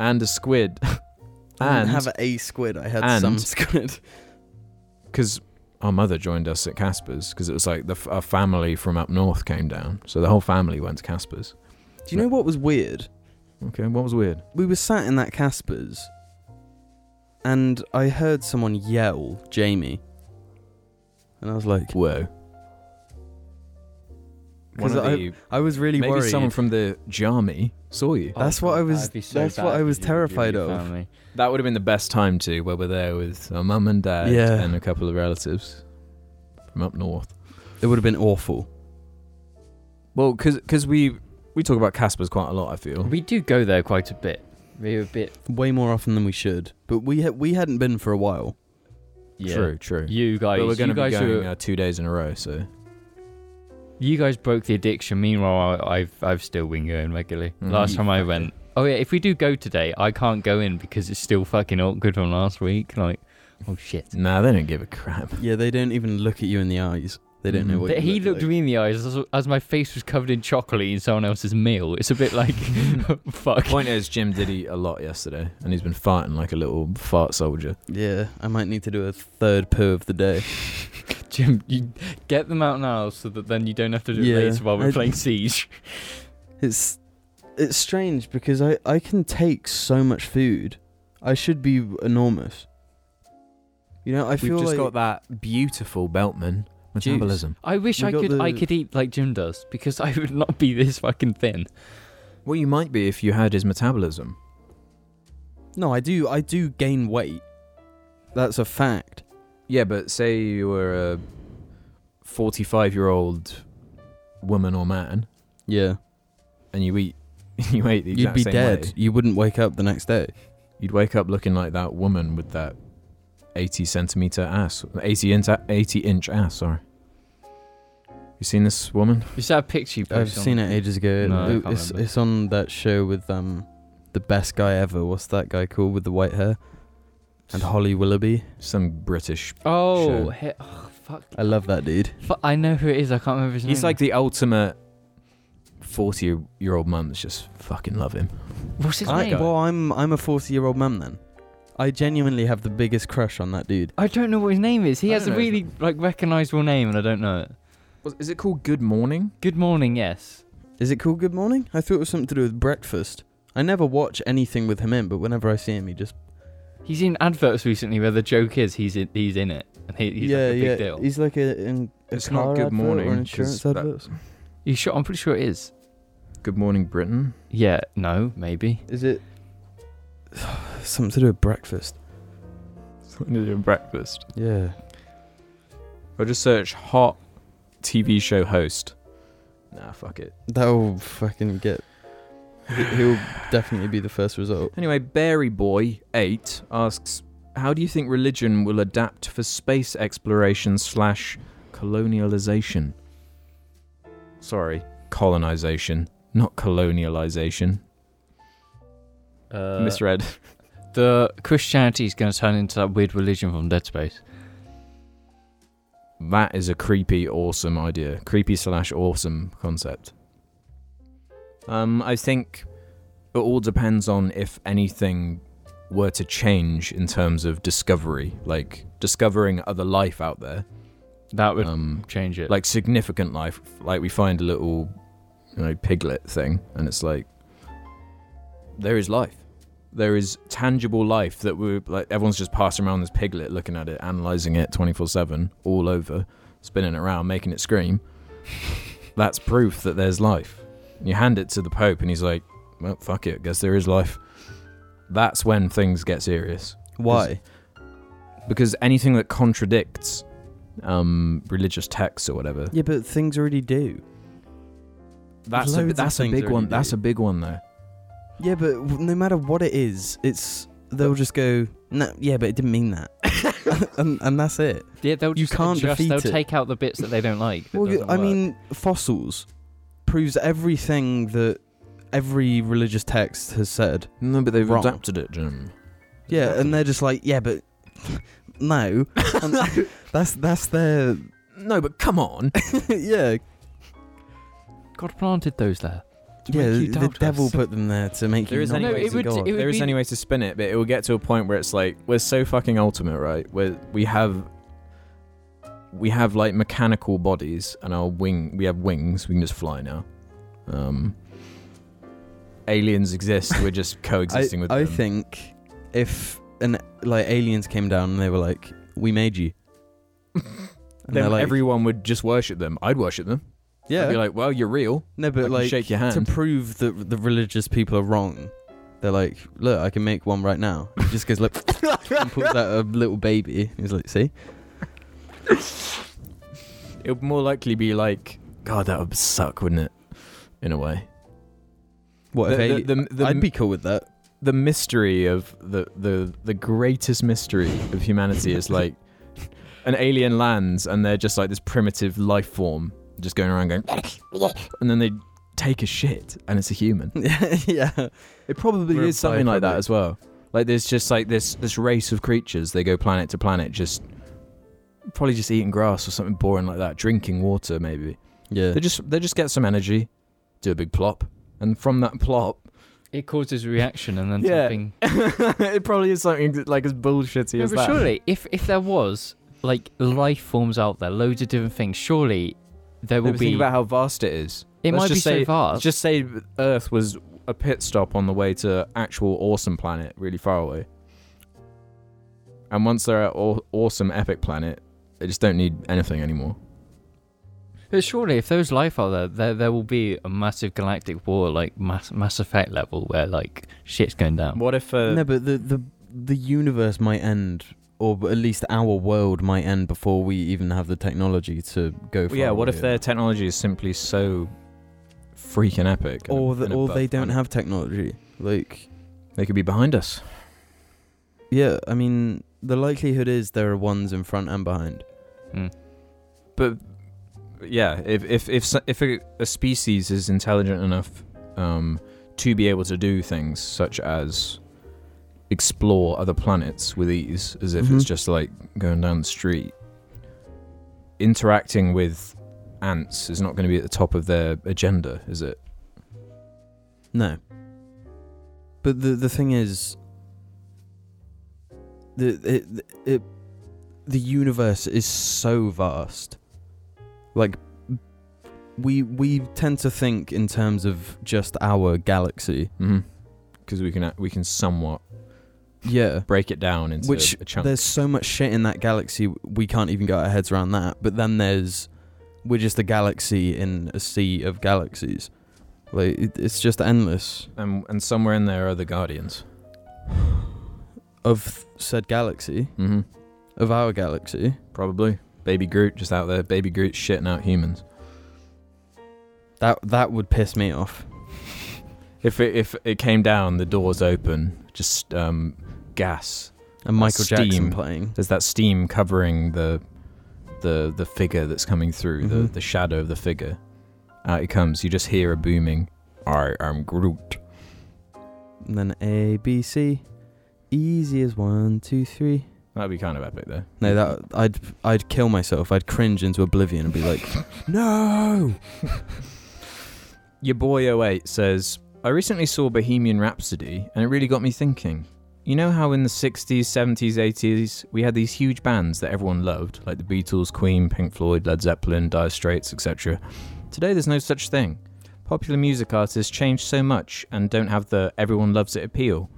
[SPEAKER 1] and a squid.
[SPEAKER 3] I didn't
[SPEAKER 1] and
[SPEAKER 3] have a squid. I had
[SPEAKER 1] and-
[SPEAKER 3] some squid.
[SPEAKER 1] because our mother joined us at Casper's because it was like the, f- our family from up north came down, so the whole family went to Casper's.
[SPEAKER 3] Do you know what was weird?
[SPEAKER 1] Okay, what was weird?
[SPEAKER 3] We were sat in that Casper's, and I heard someone yell, "Jamie," and I was like,
[SPEAKER 1] Whoa. One
[SPEAKER 3] 'Cause
[SPEAKER 1] of
[SPEAKER 3] I-
[SPEAKER 1] the-
[SPEAKER 3] I was really
[SPEAKER 1] maybe
[SPEAKER 3] worried.
[SPEAKER 1] someone from the Jami saw you.
[SPEAKER 3] That's
[SPEAKER 2] "Oh, God,
[SPEAKER 3] what I was-
[SPEAKER 2] that'd be so
[SPEAKER 3] that's
[SPEAKER 2] bad
[SPEAKER 3] what I
[SPEAKER 2] for
[SPEAKER 3] was
[SPEAKER 2] you and your
[SPEAKER 3] terrified of.
[SPEAKER 2] family.
[SPEAKER 1] That would have been the best time too, where we're there with our mum and dad
[SPEAKER 3] Yeah.
[SPEAKER 1] and a couple of relatives from up north.
[SPEAKER 3] it would have been awful.
[SPEAKER 1] Well, because we we talk about Casper's quite a lot, I feel.
[SPEAKER 2] We do go there quite a bit. We're a bit.
[SPEAKER 3] Way more often than we should, but we ha- we hadn't been for a while.
[SPEAKER 2] Yeah.
[SPEAKER 1] True, true.
[SPEAKER 2] You guys,
[SPEAKER 1] but we're
[SPEAKER 2] you
[SPEAKER 1] going to be
[SPEAKER 2] guys were-
[SPEAKER 1] going uh, two days in a row, so
[SPEAKER 2] You guys broke the addiction. Meanwhile, I, I've I've still been going regularly.
[SPEAKER 3] Mm-hmm.
[SPEAKER 1] Mhm.
[SPEAKER 2] Last
[SPEAKER 1] You
[SPEAKER 2] time I went. Oh yeah, if we do go today, I can't go in because it's still fucking awkward from last week. Like, oh shit.
[SPEAKER 1] nah, they don't give a crap.
[SPEAKER 3] Yeah, they don't even look at you in the eyes. They don't know
[SPEAKER 1] Mhm.
[SPEAKER 3] what
[SPEAKER 2] But
[SPEAKER 3] you
[SPEAKER 2] he
[SPEAKER 3] look
[SPEAKER 2] looked
[SPEAKER 3] like.
[SPEAKER 2] me in the eyes as, as my face was covered in chocolate in someone else's meal. It's a bit like, fuck.
[SPEAKER 1] Point is, Jim did eat a lot yesterday, and he's been farting like a little fart soldier.
[SPEAKER 3] Yeah, I might need to do a third poo of the day.
[SPEAKER 2] Jim, you get them out now so that then you don't have to do
[SPEAKER 3] Yeah,
[SPEAKER 2] it later while we're
[SPEAKER 3] I-
[SPEAKER 2] playing Siege.
[SPEAKER 3] It's it's strange because I I can take so much food. I should be enormous. You know, I
[SPEAKER 1] We've
[SPEAKER 3] feel
[SPEAKER 1] just
[SPEAKER 3] like
[SPEAKER 1] got that beautiful Beltman metabolism.
[SPEAKER 2] I wish
[SPEAKER 3] We
[SPEAKER 2] I
[SPEAKER 3] got
[SPEAKER 2] could I
[SPEAKER 3] the-
[SPEAKER 2] could eat like Jim does because I would not be this fucking thin.
[SPEAKER 1] Well, you might be if you had his metabolism.
[SPEAKER 3] no, I do I do gain weight. That's a fact.
[SPEAKER 1] Yeah, but say you were a 45 year old woman or man
[SPEAKER 3] Yeah,
[SPEAKER 1] and you eat. You ate the
[SPEAKER 3] you'd
[SPEAKER 1] exact
[SPEAKER 3] be
[SPEAKER 1] same
[SPEAKER 3] dead.
[SPEAKER 1] way,
[SPEAKER 3] You wouldn't wake up the next day.
[SPEAKER 1] You'd wake up looking like that woman with that 80 centimeter ass, 80 inch, 80 inch ass. Sorry. You seen this woman?
[SPEAKER 2] Is that a picture you
[SPEAKER 3] I've
[SPEAKER 2] posted on-
[SPEAKER 3] seen it ages ago.
[SPEAKER 2] No, I
[SPEAKER 3] It-
[SPEAKER 2] can't
[SPEAKER 3] it's
[SPEAKER 2] remember.
[SPEAKER 3] it's on that show with um the best guy ever. What's that guy called with the white hair? and Holly Willoughby.
[SPEAKER 1] Some British.
[SPEAKER 2] Oh,
[SPEAKER 1] Sure.
[SPEAKER 2] he- oh, fuck.
[SPEAKER 3] I love that dude.
[SPEAKER 2] Fu- I know who it is. I can't remember his name.
[SPEAKER 3] Hmm.
[SPEAKER 1] He's like the ultimate forty-year-old mum that's just fucking love him.
[SPEAKER 2] what's his
[SPEAKER 3] I,
[SPEAKER 2] name?
[SPEAKER 3] well, I'm I'm a forty year old mum then. I genuinely have the biggest crush on that dude.
[SPEAKER 2] I don't know what his name is. He
[SPEAKER 1] I
[SPEAKER 2] has a
[SPEAKER 1] don't know his
[SPEAKER 2] really like recognizable name, and I don't know it.
[SPEAKER 1] Is it called Good Morning?
[SPEAKER 2] Good morning. Yes.
[SPEAKER 3] Is it called Good Morning? I thought it was something to do with breakfast. I never watch anything with him in, but whenever I see him, he just
[SPEAKER 2] He's in adverts recently where the joke is he's in, he's in it and he, he's like a big deal.
[SPEAKER 3] he's like a. In, a
[SPEAKER 1] It's not
[SPEAKER 3] car
[SPEAKER 1] Good
[SPEAKER 3] advert
[SPEAKER 1] Morning,
[SPEAKER 3] or
[SPEAKER 1] 'cause
[SPEAKER 3] an insurance
[SPEAKER 1] that-
[SPEAKER 3] advert.
[SPEAKER 2] You sure? I'm pretty sure it is.
[SPEAKER 1] Good Morning Britain.
[SPEAKER 2] Yeah. No. Maybe.
[SPEAKER 3] Is it something to do with breakfast?
[SPEAKER 1] Something to do with breakfast.
[SPEAKER 3] Yeah.
[SPEAKER 1] Or just search hot TV show host. Nah, fuck it.
[SPEAKER 3] That'll fucking get. he- He'll definitely be the first result.
[SPEAKER 1] Anyway, Berry Boy Eight asks, "How do you think religion will adapt for space exploration slash colonialization?" Sorry, colonization, not colonialization.
[SPEAKER 2] Uh,
[SPEAKER 1] Misread.
[SPEAKER 2] The Christianity is going to turn into that weird religion from Dead Space.
[SPEAKER 1] That is a creepy, awesome idea. Creepy slash awesome concept. Um, I think it all depends on if anything were to change in terms of discovery, like discovering other life out there.
[SPEAKER 2] That would
[SPEAKER 1] Um,
[SPEAKER 2] change it.
[SPEAKER 1] like significant life. Like we find a little, you know, piglet thing, and it's like there is life. There is tangible life that we're like everyone's just passing around this piglet, looking at it, analyzing it twenty four seven, all over, spinning it around, making it scream. That's proof that there's life. You hand it to the Pope, and he's like, "Well, fuck it, guess there is life." That's when things get serious
[SPEAKER 3] Why?
[SPEAKER 1] because anything that contradicts um, religious texts or whatever
[SPEAKER 3] Yeah, but things already do.
[SPEAKER 1] That's a,
[SPEAKER 3] Loads of
[SPEAKER 1] that's a
[SPEAKER 3] things
[SPEAKER 1] big
[SPEAKER 3] already
[SPEAKER 1] one.
[SPEAKER 3] do.
[SPEAKER 1] That's a big one though.
[SPEAKER 3] Yeah, but w- no matter what it is, it's they'll just go. No, yeah, but it didn't mean that, and, and that's it.
[SPEAKER 2] yeah, they'll
[SPEAKER 3] you
[SPEAKER 2] just
[SPEAKER 3] can't
[SPEAKER 2] adjust-
[SPEAKER 3] defeat
[SPEAKER 2] They'll
[SPEAKER 3] it.
[SPEAKER 2] take out the bits that they don't like. that
[SPEAKER 3] Well,
[SPEAKER 2] doesn't
[SPEAKER 3] I
[SPEAKER 2] work.
[SPEAKER 3] mean, fossils proves everything that every religious text has said.
[SPEAKER 1] No, but they've
[SPEAKER 3] Wrong.
[SPEAKER 1] adapted it, Jim.
[SPEAKER 3] Yeah, and they're just like, yeah, but no, And that's that's their
[SPEAKER 1] No, but come on.
[SPEAKER 3] yeah
[SPEAKER 2] God planted those there. to
[SPEAKER 3] yeah.
[SPEAKER 2] make you
[SPEAKER 3] The, the
[SPEAKER 2] doubt
[SPEAKER 3] devil
[SPEAKER 2] us.
[SPEAKER 3] put them there to make
[SPEAKER 1] There
[SPEAKER 3] you
[SPEAKER 1] is
[SPEAKER 3] not
[SPEAKER 1] any way
[SPEAKER 3] believe
[SPEAKER 1] to
[SPEAKER 3] in
[SPEAKER 2] go
[SPEAKER 3] God.
[SPEAKER 2] It would
[SPEAKER 1] there is
[SPEAKER 2] be-
[SPEAKER 1] any way to spin it, but it will get to a point where it's like we're so fucking ultimate, right? Where we have we have like mechanical bodies and our wing we have wings. We can just fly now. Um, aliens exist. We're just coexisting
[SPEAKER 3] I,
[SPEAKER 1] with
[SPEAKER 3] I
[SPEAKER 1] them.
[SPEAKER 3] think if an like aliens came down and they were like, we made you. And
[SPEAKER 1] then
[SPEAKER 3] they're like,
[SPEAKER 1] everyone would just worship them. I'd worship them.
[SPEAKER 3] yeah,
[SPEAKER 1] I'd be like, well, you're real.
[SPEAKER 3] no,
[SPEAKER 1] I
[SPEAKER 3] but
[SPEAKER 1] can
[SPEAKER 3] like
[SPEAKER 1] shake your
[SPEAKER 3] to
[SPEAKER 1] hand.
[SPEAKER 3] prove that the religious people are wrong, they're like, look, I can make one right now. It just goes like and pulls out a little baby. He's like, see,
[SPEAKER 1] It would more likely be like, God, that would suck, wouldn't it? In a way,
[SPEAKER 3] what if
[SPEAKER 1] the,
[SPEAKER 3] ali-
[SPEAKER 1] the, the, the,
[SPEAKER 3] I'd be cool with that.
[SPEAKER 1] the mystery of the, the the greatest mystery of humanity is like an alien lands and they're just like this primitive life form, just going around going, and then they take a shit and it's a human.
[SPEAKER 3] yeah,
[SPEAKER 1] It probably
[SPEAKER 3] We're
[SPEAKER 1] is something like that
[SPEAKER 3] biophobic.
[SPEAKER 1] as well. Like there's just like this this race of creatures. They go planet to planet, just probably just eating grass or something boring like that, drinking water maybe.
[SPEAKER 3] yeah.
[SPEAKER 1] They just they just get some energy, do a big plop, and from that plop,
[SPEAKER 2] it causes a reaction and then
[SPEAKER 1] Yeah.
[SPEAKER 2] something.
[SPEAKER 1] it probably is something that- like as bullshitty
[SPEAKER 2] No,
[SPEAKER 1] as
[SPEAKER 2] but
[SPEAKER 1] that.
[SPEAKER 2] surely, if if there was like life forms out there, loads of different things, surely there
[SPEAKER 1] No,
[SPEAKER 2] will
[SPEAKER 1] but
[SPEAKER 2] be.
[SPEAKER 1] think about how vast it is.
[SPEAKER 2] it
[SPEAKER 1] let's
[SPEAKER 2] might be
[SPEAKER 1] just say-
[SPEAKER 2] so far.
[SPEAKER 1] Let's just say Earth was a pit stop on the way to actual awesome planet, really far away. And once they're at aw- awesome epic planet, they just don't need anything anymore.
[SPEAKER 2] But surely, if there's life out there, there there will be a massive galactic war, like Mass Mass Effect level, where like shit's going down.
[SPEAKER 1] What if uh,
[SPEAKER 3] no, but the, the the universe might end, or at least our world might end before we even have the technology to go.
[SPEAKER 1] yeah,
[SPEAKER 3] far
[SPEAKER 1] what if
[SPEAKER 3] away.
[SPEAKER 1] their technology is simply so freaking epic and
[SPEAKER 3] or
[SPEAKER 1] ab-
[SPEAKER 3] the,
[SPEAKER 1] and
[SPEAKER 3] or
[SPEAKER 1] above
[SPEAKER 3] they don't
[SPEAKER 1] planet?
[SPEAKER 3] have technology? Like,
[SPEAKER 1] they could be behind us.
[SPEAKER 3] yeah, I mean, the likelihood is there are ones in front and behind.
[SPEAKER 1] but yeah, if if if s- if a, a species is intelligent enough um, to be able to do things such as explore other planets with ease, as if it's
[SPEAKER 3] Mhm.
[SPEAKER 1] just like going down the street. Interacting with ants is not going to be at the top of their agenda, is it?
[SPEAKER 3] No. But the the thing is, the it, it the universe is so vast. Like we we tend to think in terms of just our galaxy.
[SPEAKER 1] Because we can we can somewhat
[SPEAKER 3] Yeah.
[SPEAKER 1] break it down into
[SPEAKER 3] Which
[SPEAKER 1] a chunk.
[SPEAKER 3] There's so much shit in that galaxy we can't even get our heads around that. But then there's we're just a galaxy in a sea of galaxies. Like it, it's just endless
[SPEAKER 1] and, and somewhere in there are the guardians.
[SPEAKER 3] of said galaxy
[SPEAKER 1] Mm-hmm.
[SPEAKER 3] of our galaxy.
[SPEAKER 1] Probably. Baby Groot just out there. Baby Groot shitting out humans.
[SPEAKER 3] That that would piss me off.
[SPEAKER 1] If it, if it came down, the doors open, just um, gas.
[SPEAKER 3] And Michael Jackson
[SPEAKER 1] steam.
[SPEAKER 3] playing.
[SPEAKER 1] There's that steam covering the the the figure that's coming through, the,
[SPEAKER 3] Mhm.
[SPEAKER 1] the shadow of the figure. Out it comes. You just hear a booming. I am Groot.
[SPEAKER 3] And then A B C, easy as one two three.
[SPEAKER 1] That'd be kind of epic, though.
[SPEAKER 3] No, that I'd I'd kill myself. I'd cringe into oblivion and be like, no.
[SPEAKER 1] Your boy 08 says, I recently saw Bohemian Rhapsody and it really got me thinking. You know how in the 60s, 70s, 80s, we had these huge bands that everyone loved, like the Beatles, Queen, Pink Floyd, Led Zeppelin, Dire Straits, etc. Today there's no such thing. Popular music artists change so much and don't have the everyone loves it appeal.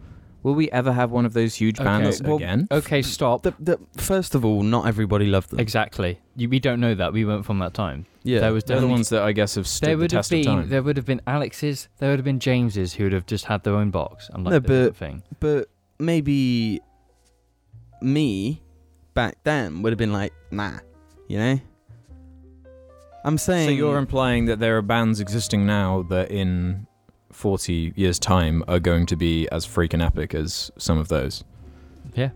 [SPEAKER 1] Will we ever have one of those huge
[SPEAKER 2] Okay,
[SPEAKER 1] bands
[SPEAKER 2] well, uh,
[SPEAKER 1] again?
[SPEAKER 2] Okay, stop.
[SPEAKER 3] The, the, first of all, not everybody loved them.
[SPEAKER 2] Exactly. You, we don't know that. We weren't from that time.
[SPEAKER 3] yeah,
[SPEAKER 2] There was
[SPEAKER 1] They're the
[SPEAKER 2] definitely-
[SPEAKER 1] ones that I guess have stood
[SPEAKER 2] um, There
[SPEAKER 1] the
[SPEAKER 2] would have
[SPEAKER 1] test of
[SPEAKER 2] been
[SPEAKER 1] time.
[SPEAKER 2] there would have been Alex's, there would have been James's who would have just had their own box and like
[SPEAKER 3] No,
[SPEAKER 2] their own
[SPEAKER 3] but-
[SPEAKER 2] thing.
[SPEAKER 3] but maybe me back then would have been like, nah, you know. I'm saying
[SPEAKER 1] So you're implying that there are bands existing now that in 40 years' time are going to be as freaking epic as some of those?
[SPEAKER 2] Yeah.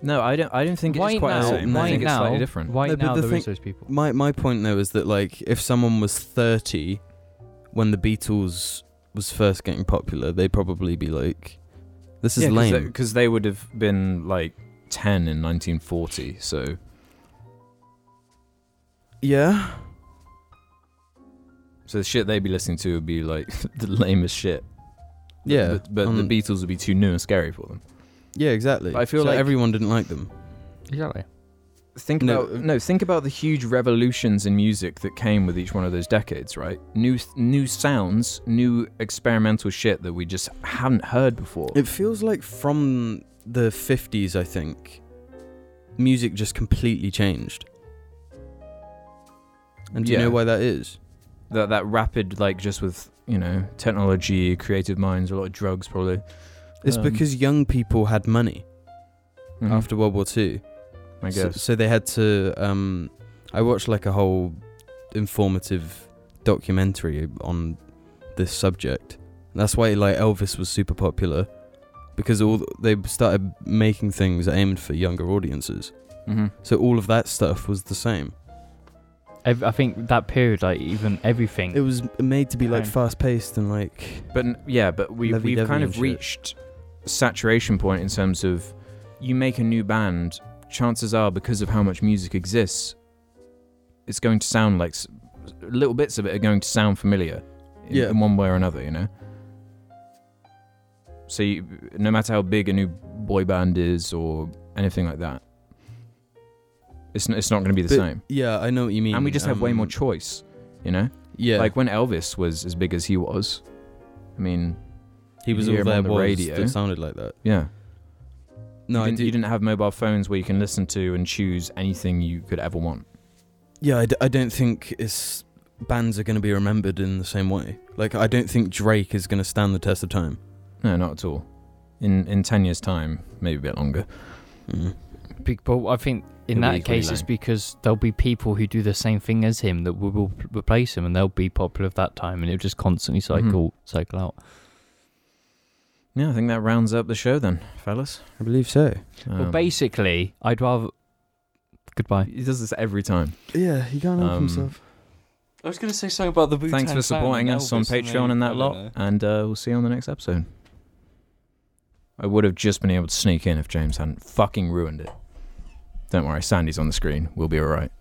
[SPEAKER 1] No, I don't. I don't think
[SPEAKER 2] Why
[SPEAKER 1] it's quite
[SPEAKER 2] now?
[SPEAKER 1] the same. I
[SPEAKER 2] Why
[SPEAKER 1] think it's
[SPEAKER 2] now?
[SPEAKER 1] slightly different.
[SPEAKER 2] Why
[SPEAKER 3] No, but
[SPEAKER 2] now
[SPEAKER 3] the
[SPEAKER 2] there is
[SPEAKER 3] thing-
[SPEAKER 2] those people?
[SPEAKER 3] My my point though is that like if someone was thirty when the Beatles was first getting popular, they'd probably be like, "This is lame."
[SPEAKER 1] because they would have been like 10 in 1940. So
[SPEAKER 3] yeah,
[SPEAKER 1] so the shit they'd be listening to would be like the lamest shit.
[SPEAKER 3] yeah,
[SPEAKER 1] but, but
[SPEAKER 3] um,
[SPEAKER 1] the Beatles would be too new and scary for them.
[SPEAKER 3] yeah, exactly.
[SPEAKER 1] But I feel
[SPEAKER 3] So
[SPEAKER 1] like-
[SPEAKER 3] everyone didn't like them.
[SPEAKER 2] Exactly.
[SPEAKER 1] Think
[SPEAKER 3] No,
[SPEAKER 1] about
[SPEAKER 3] uh,
[SPEAKER 1] no. Think about the huge revolutions in music that came with each one of those decades, right? New new sounds, new experimental shit that we just haven't heard before.
[SPEAKER 3] It feels like from the fifties, I think, music just completely changed. And do
[SPEAKER 1] Yeah.
[SPEAKER 3] you know why that is?
[SPEAKER 1] that that rapid, like, just with you know technology, creative minds, a lot of drugs, probably.
[SPEAKER 3] It's
[SPEAKER 1] Um,
[SPEAKER 3] because young people had money
[SPEAKER 1] Mhm,
[SPEAKER 3] after World War Two.
[SPEAKER 1] I
[SPEAKER 3] So,
[SPEAKER 1] guess.
[SPEAKER 3] so they had to. Um, I watched like a whole informative documentary on this subject. That's why like Elvis was super popular because all th- they started making things aimed for younger audiences.
[SPEAKER 1] Mhm.
[SPEAKER 3] So all of that stuff was the same.
[SPEAKER 2] I, I think that period, like even everything.
[SPEAKER 1] Hmm.
[SPEAKER 3] It was made to be like
[SPEAKER 2] Okay.
[SPEAKER 3] fast paced and like
[SPEAKER 1] But n- yeah, but we
[SPEAKER 3] Lovey
[SPEAKER 1] we've
[SPEAKER 3] dovey
[SPEAKER 1] kind
[SPEAKER 3] and
[SPEAKER 1] of
[SPEAKER 3] shit.
[SPEAKER 1] reached saturation point in terms of you make a new band, chances are because of how much music exists, it's going to sound like s- little bits of it are going to sound familiar in,
[SPEAKER 3] Yeah.
[SPEAKER 1] in one way or another, you know. So you, no matter how big a new boy band is or anything like that, it's n- it's not going to be the
[SPEAKER 3] But-
[SPEAKER 1] same.
[SPEAKER 3] yeah. I know what you mean.
[SPEAKER 1] And we just have way
[SPEAKER 3] um,
[SPEAKER 1] more choice, you know.
[SPEAKER 3] Yeah,
[SPEAKER 1] Like when Elvis was as big as he was, I mean.
[SPEAKER 3] he was
[SPEAKER 1] you
[SPEAKER 3] all
[SPEAKER 1] hear him
[SPEAKER 3] there
[SPEAKER 1] on the
[SPEAKER 3] was
[SPEAKER 1] radio.
[SPEAKER 3] that sounded like that.
[SPEAKER 1] Yeah.
[SPEAKER 3] No,
[SPEAKER 1] you
[SPEAKER 3] I
[SPEAKER 1] didn't,
[SPEAKER 3] do.
[SPEAKER 1] you didn't have mobile phones where you can listen to and choose anything you could ever want.
[SPEAKER 3] Yeah, I, d- I don't think it's bands are going to be remembered in the same way. Like, I don't think Drake is going to stand the test of time.
[SPEAKER 1] No, not at all. In in ten years' time, maybe a bit longer.
[SPEAKER 3] Mm.
[SPEAKER 2] Be- But I think in
[SPEAKER 1] It'll be
[SPEAKER 2] that
[SPEAKER 1] equally
[SPEAKER 2] case, it's
[SPEAKER 1] lame.
[SPEAKER 2] because there'll be people who do the same thing as him that will, will replace him, and they'll be popular at that time, and it'll just constantly
[SPEAKER 1] Mm-hmm.
[SPEAKER 2] cycle cycle out.
[SPEAKER 1] Yeah, I think that rounds up the show then, fellas.
[SPEAKER 3] I believe so.
[SPEAKER 2] well,
[SPEAKER 1] Um,
[SPEAKER 2] basically, I'd rather goodbye.
[SPEAKER 1] he does this every time.
[SPEAKER 3] Yeah, he can't
[SPEAKER 1] help Um, himself.
[SPEAKER 2] I was going to say something about the
[SPEAKER 1] Thanks for supporting us on Patreon and that lot, and uh, we'll see you on the next episode. I would have just been able to sneak in if James hadn't fucking ruined it. Don't worry, Sandy's on the screen. We'll be alright.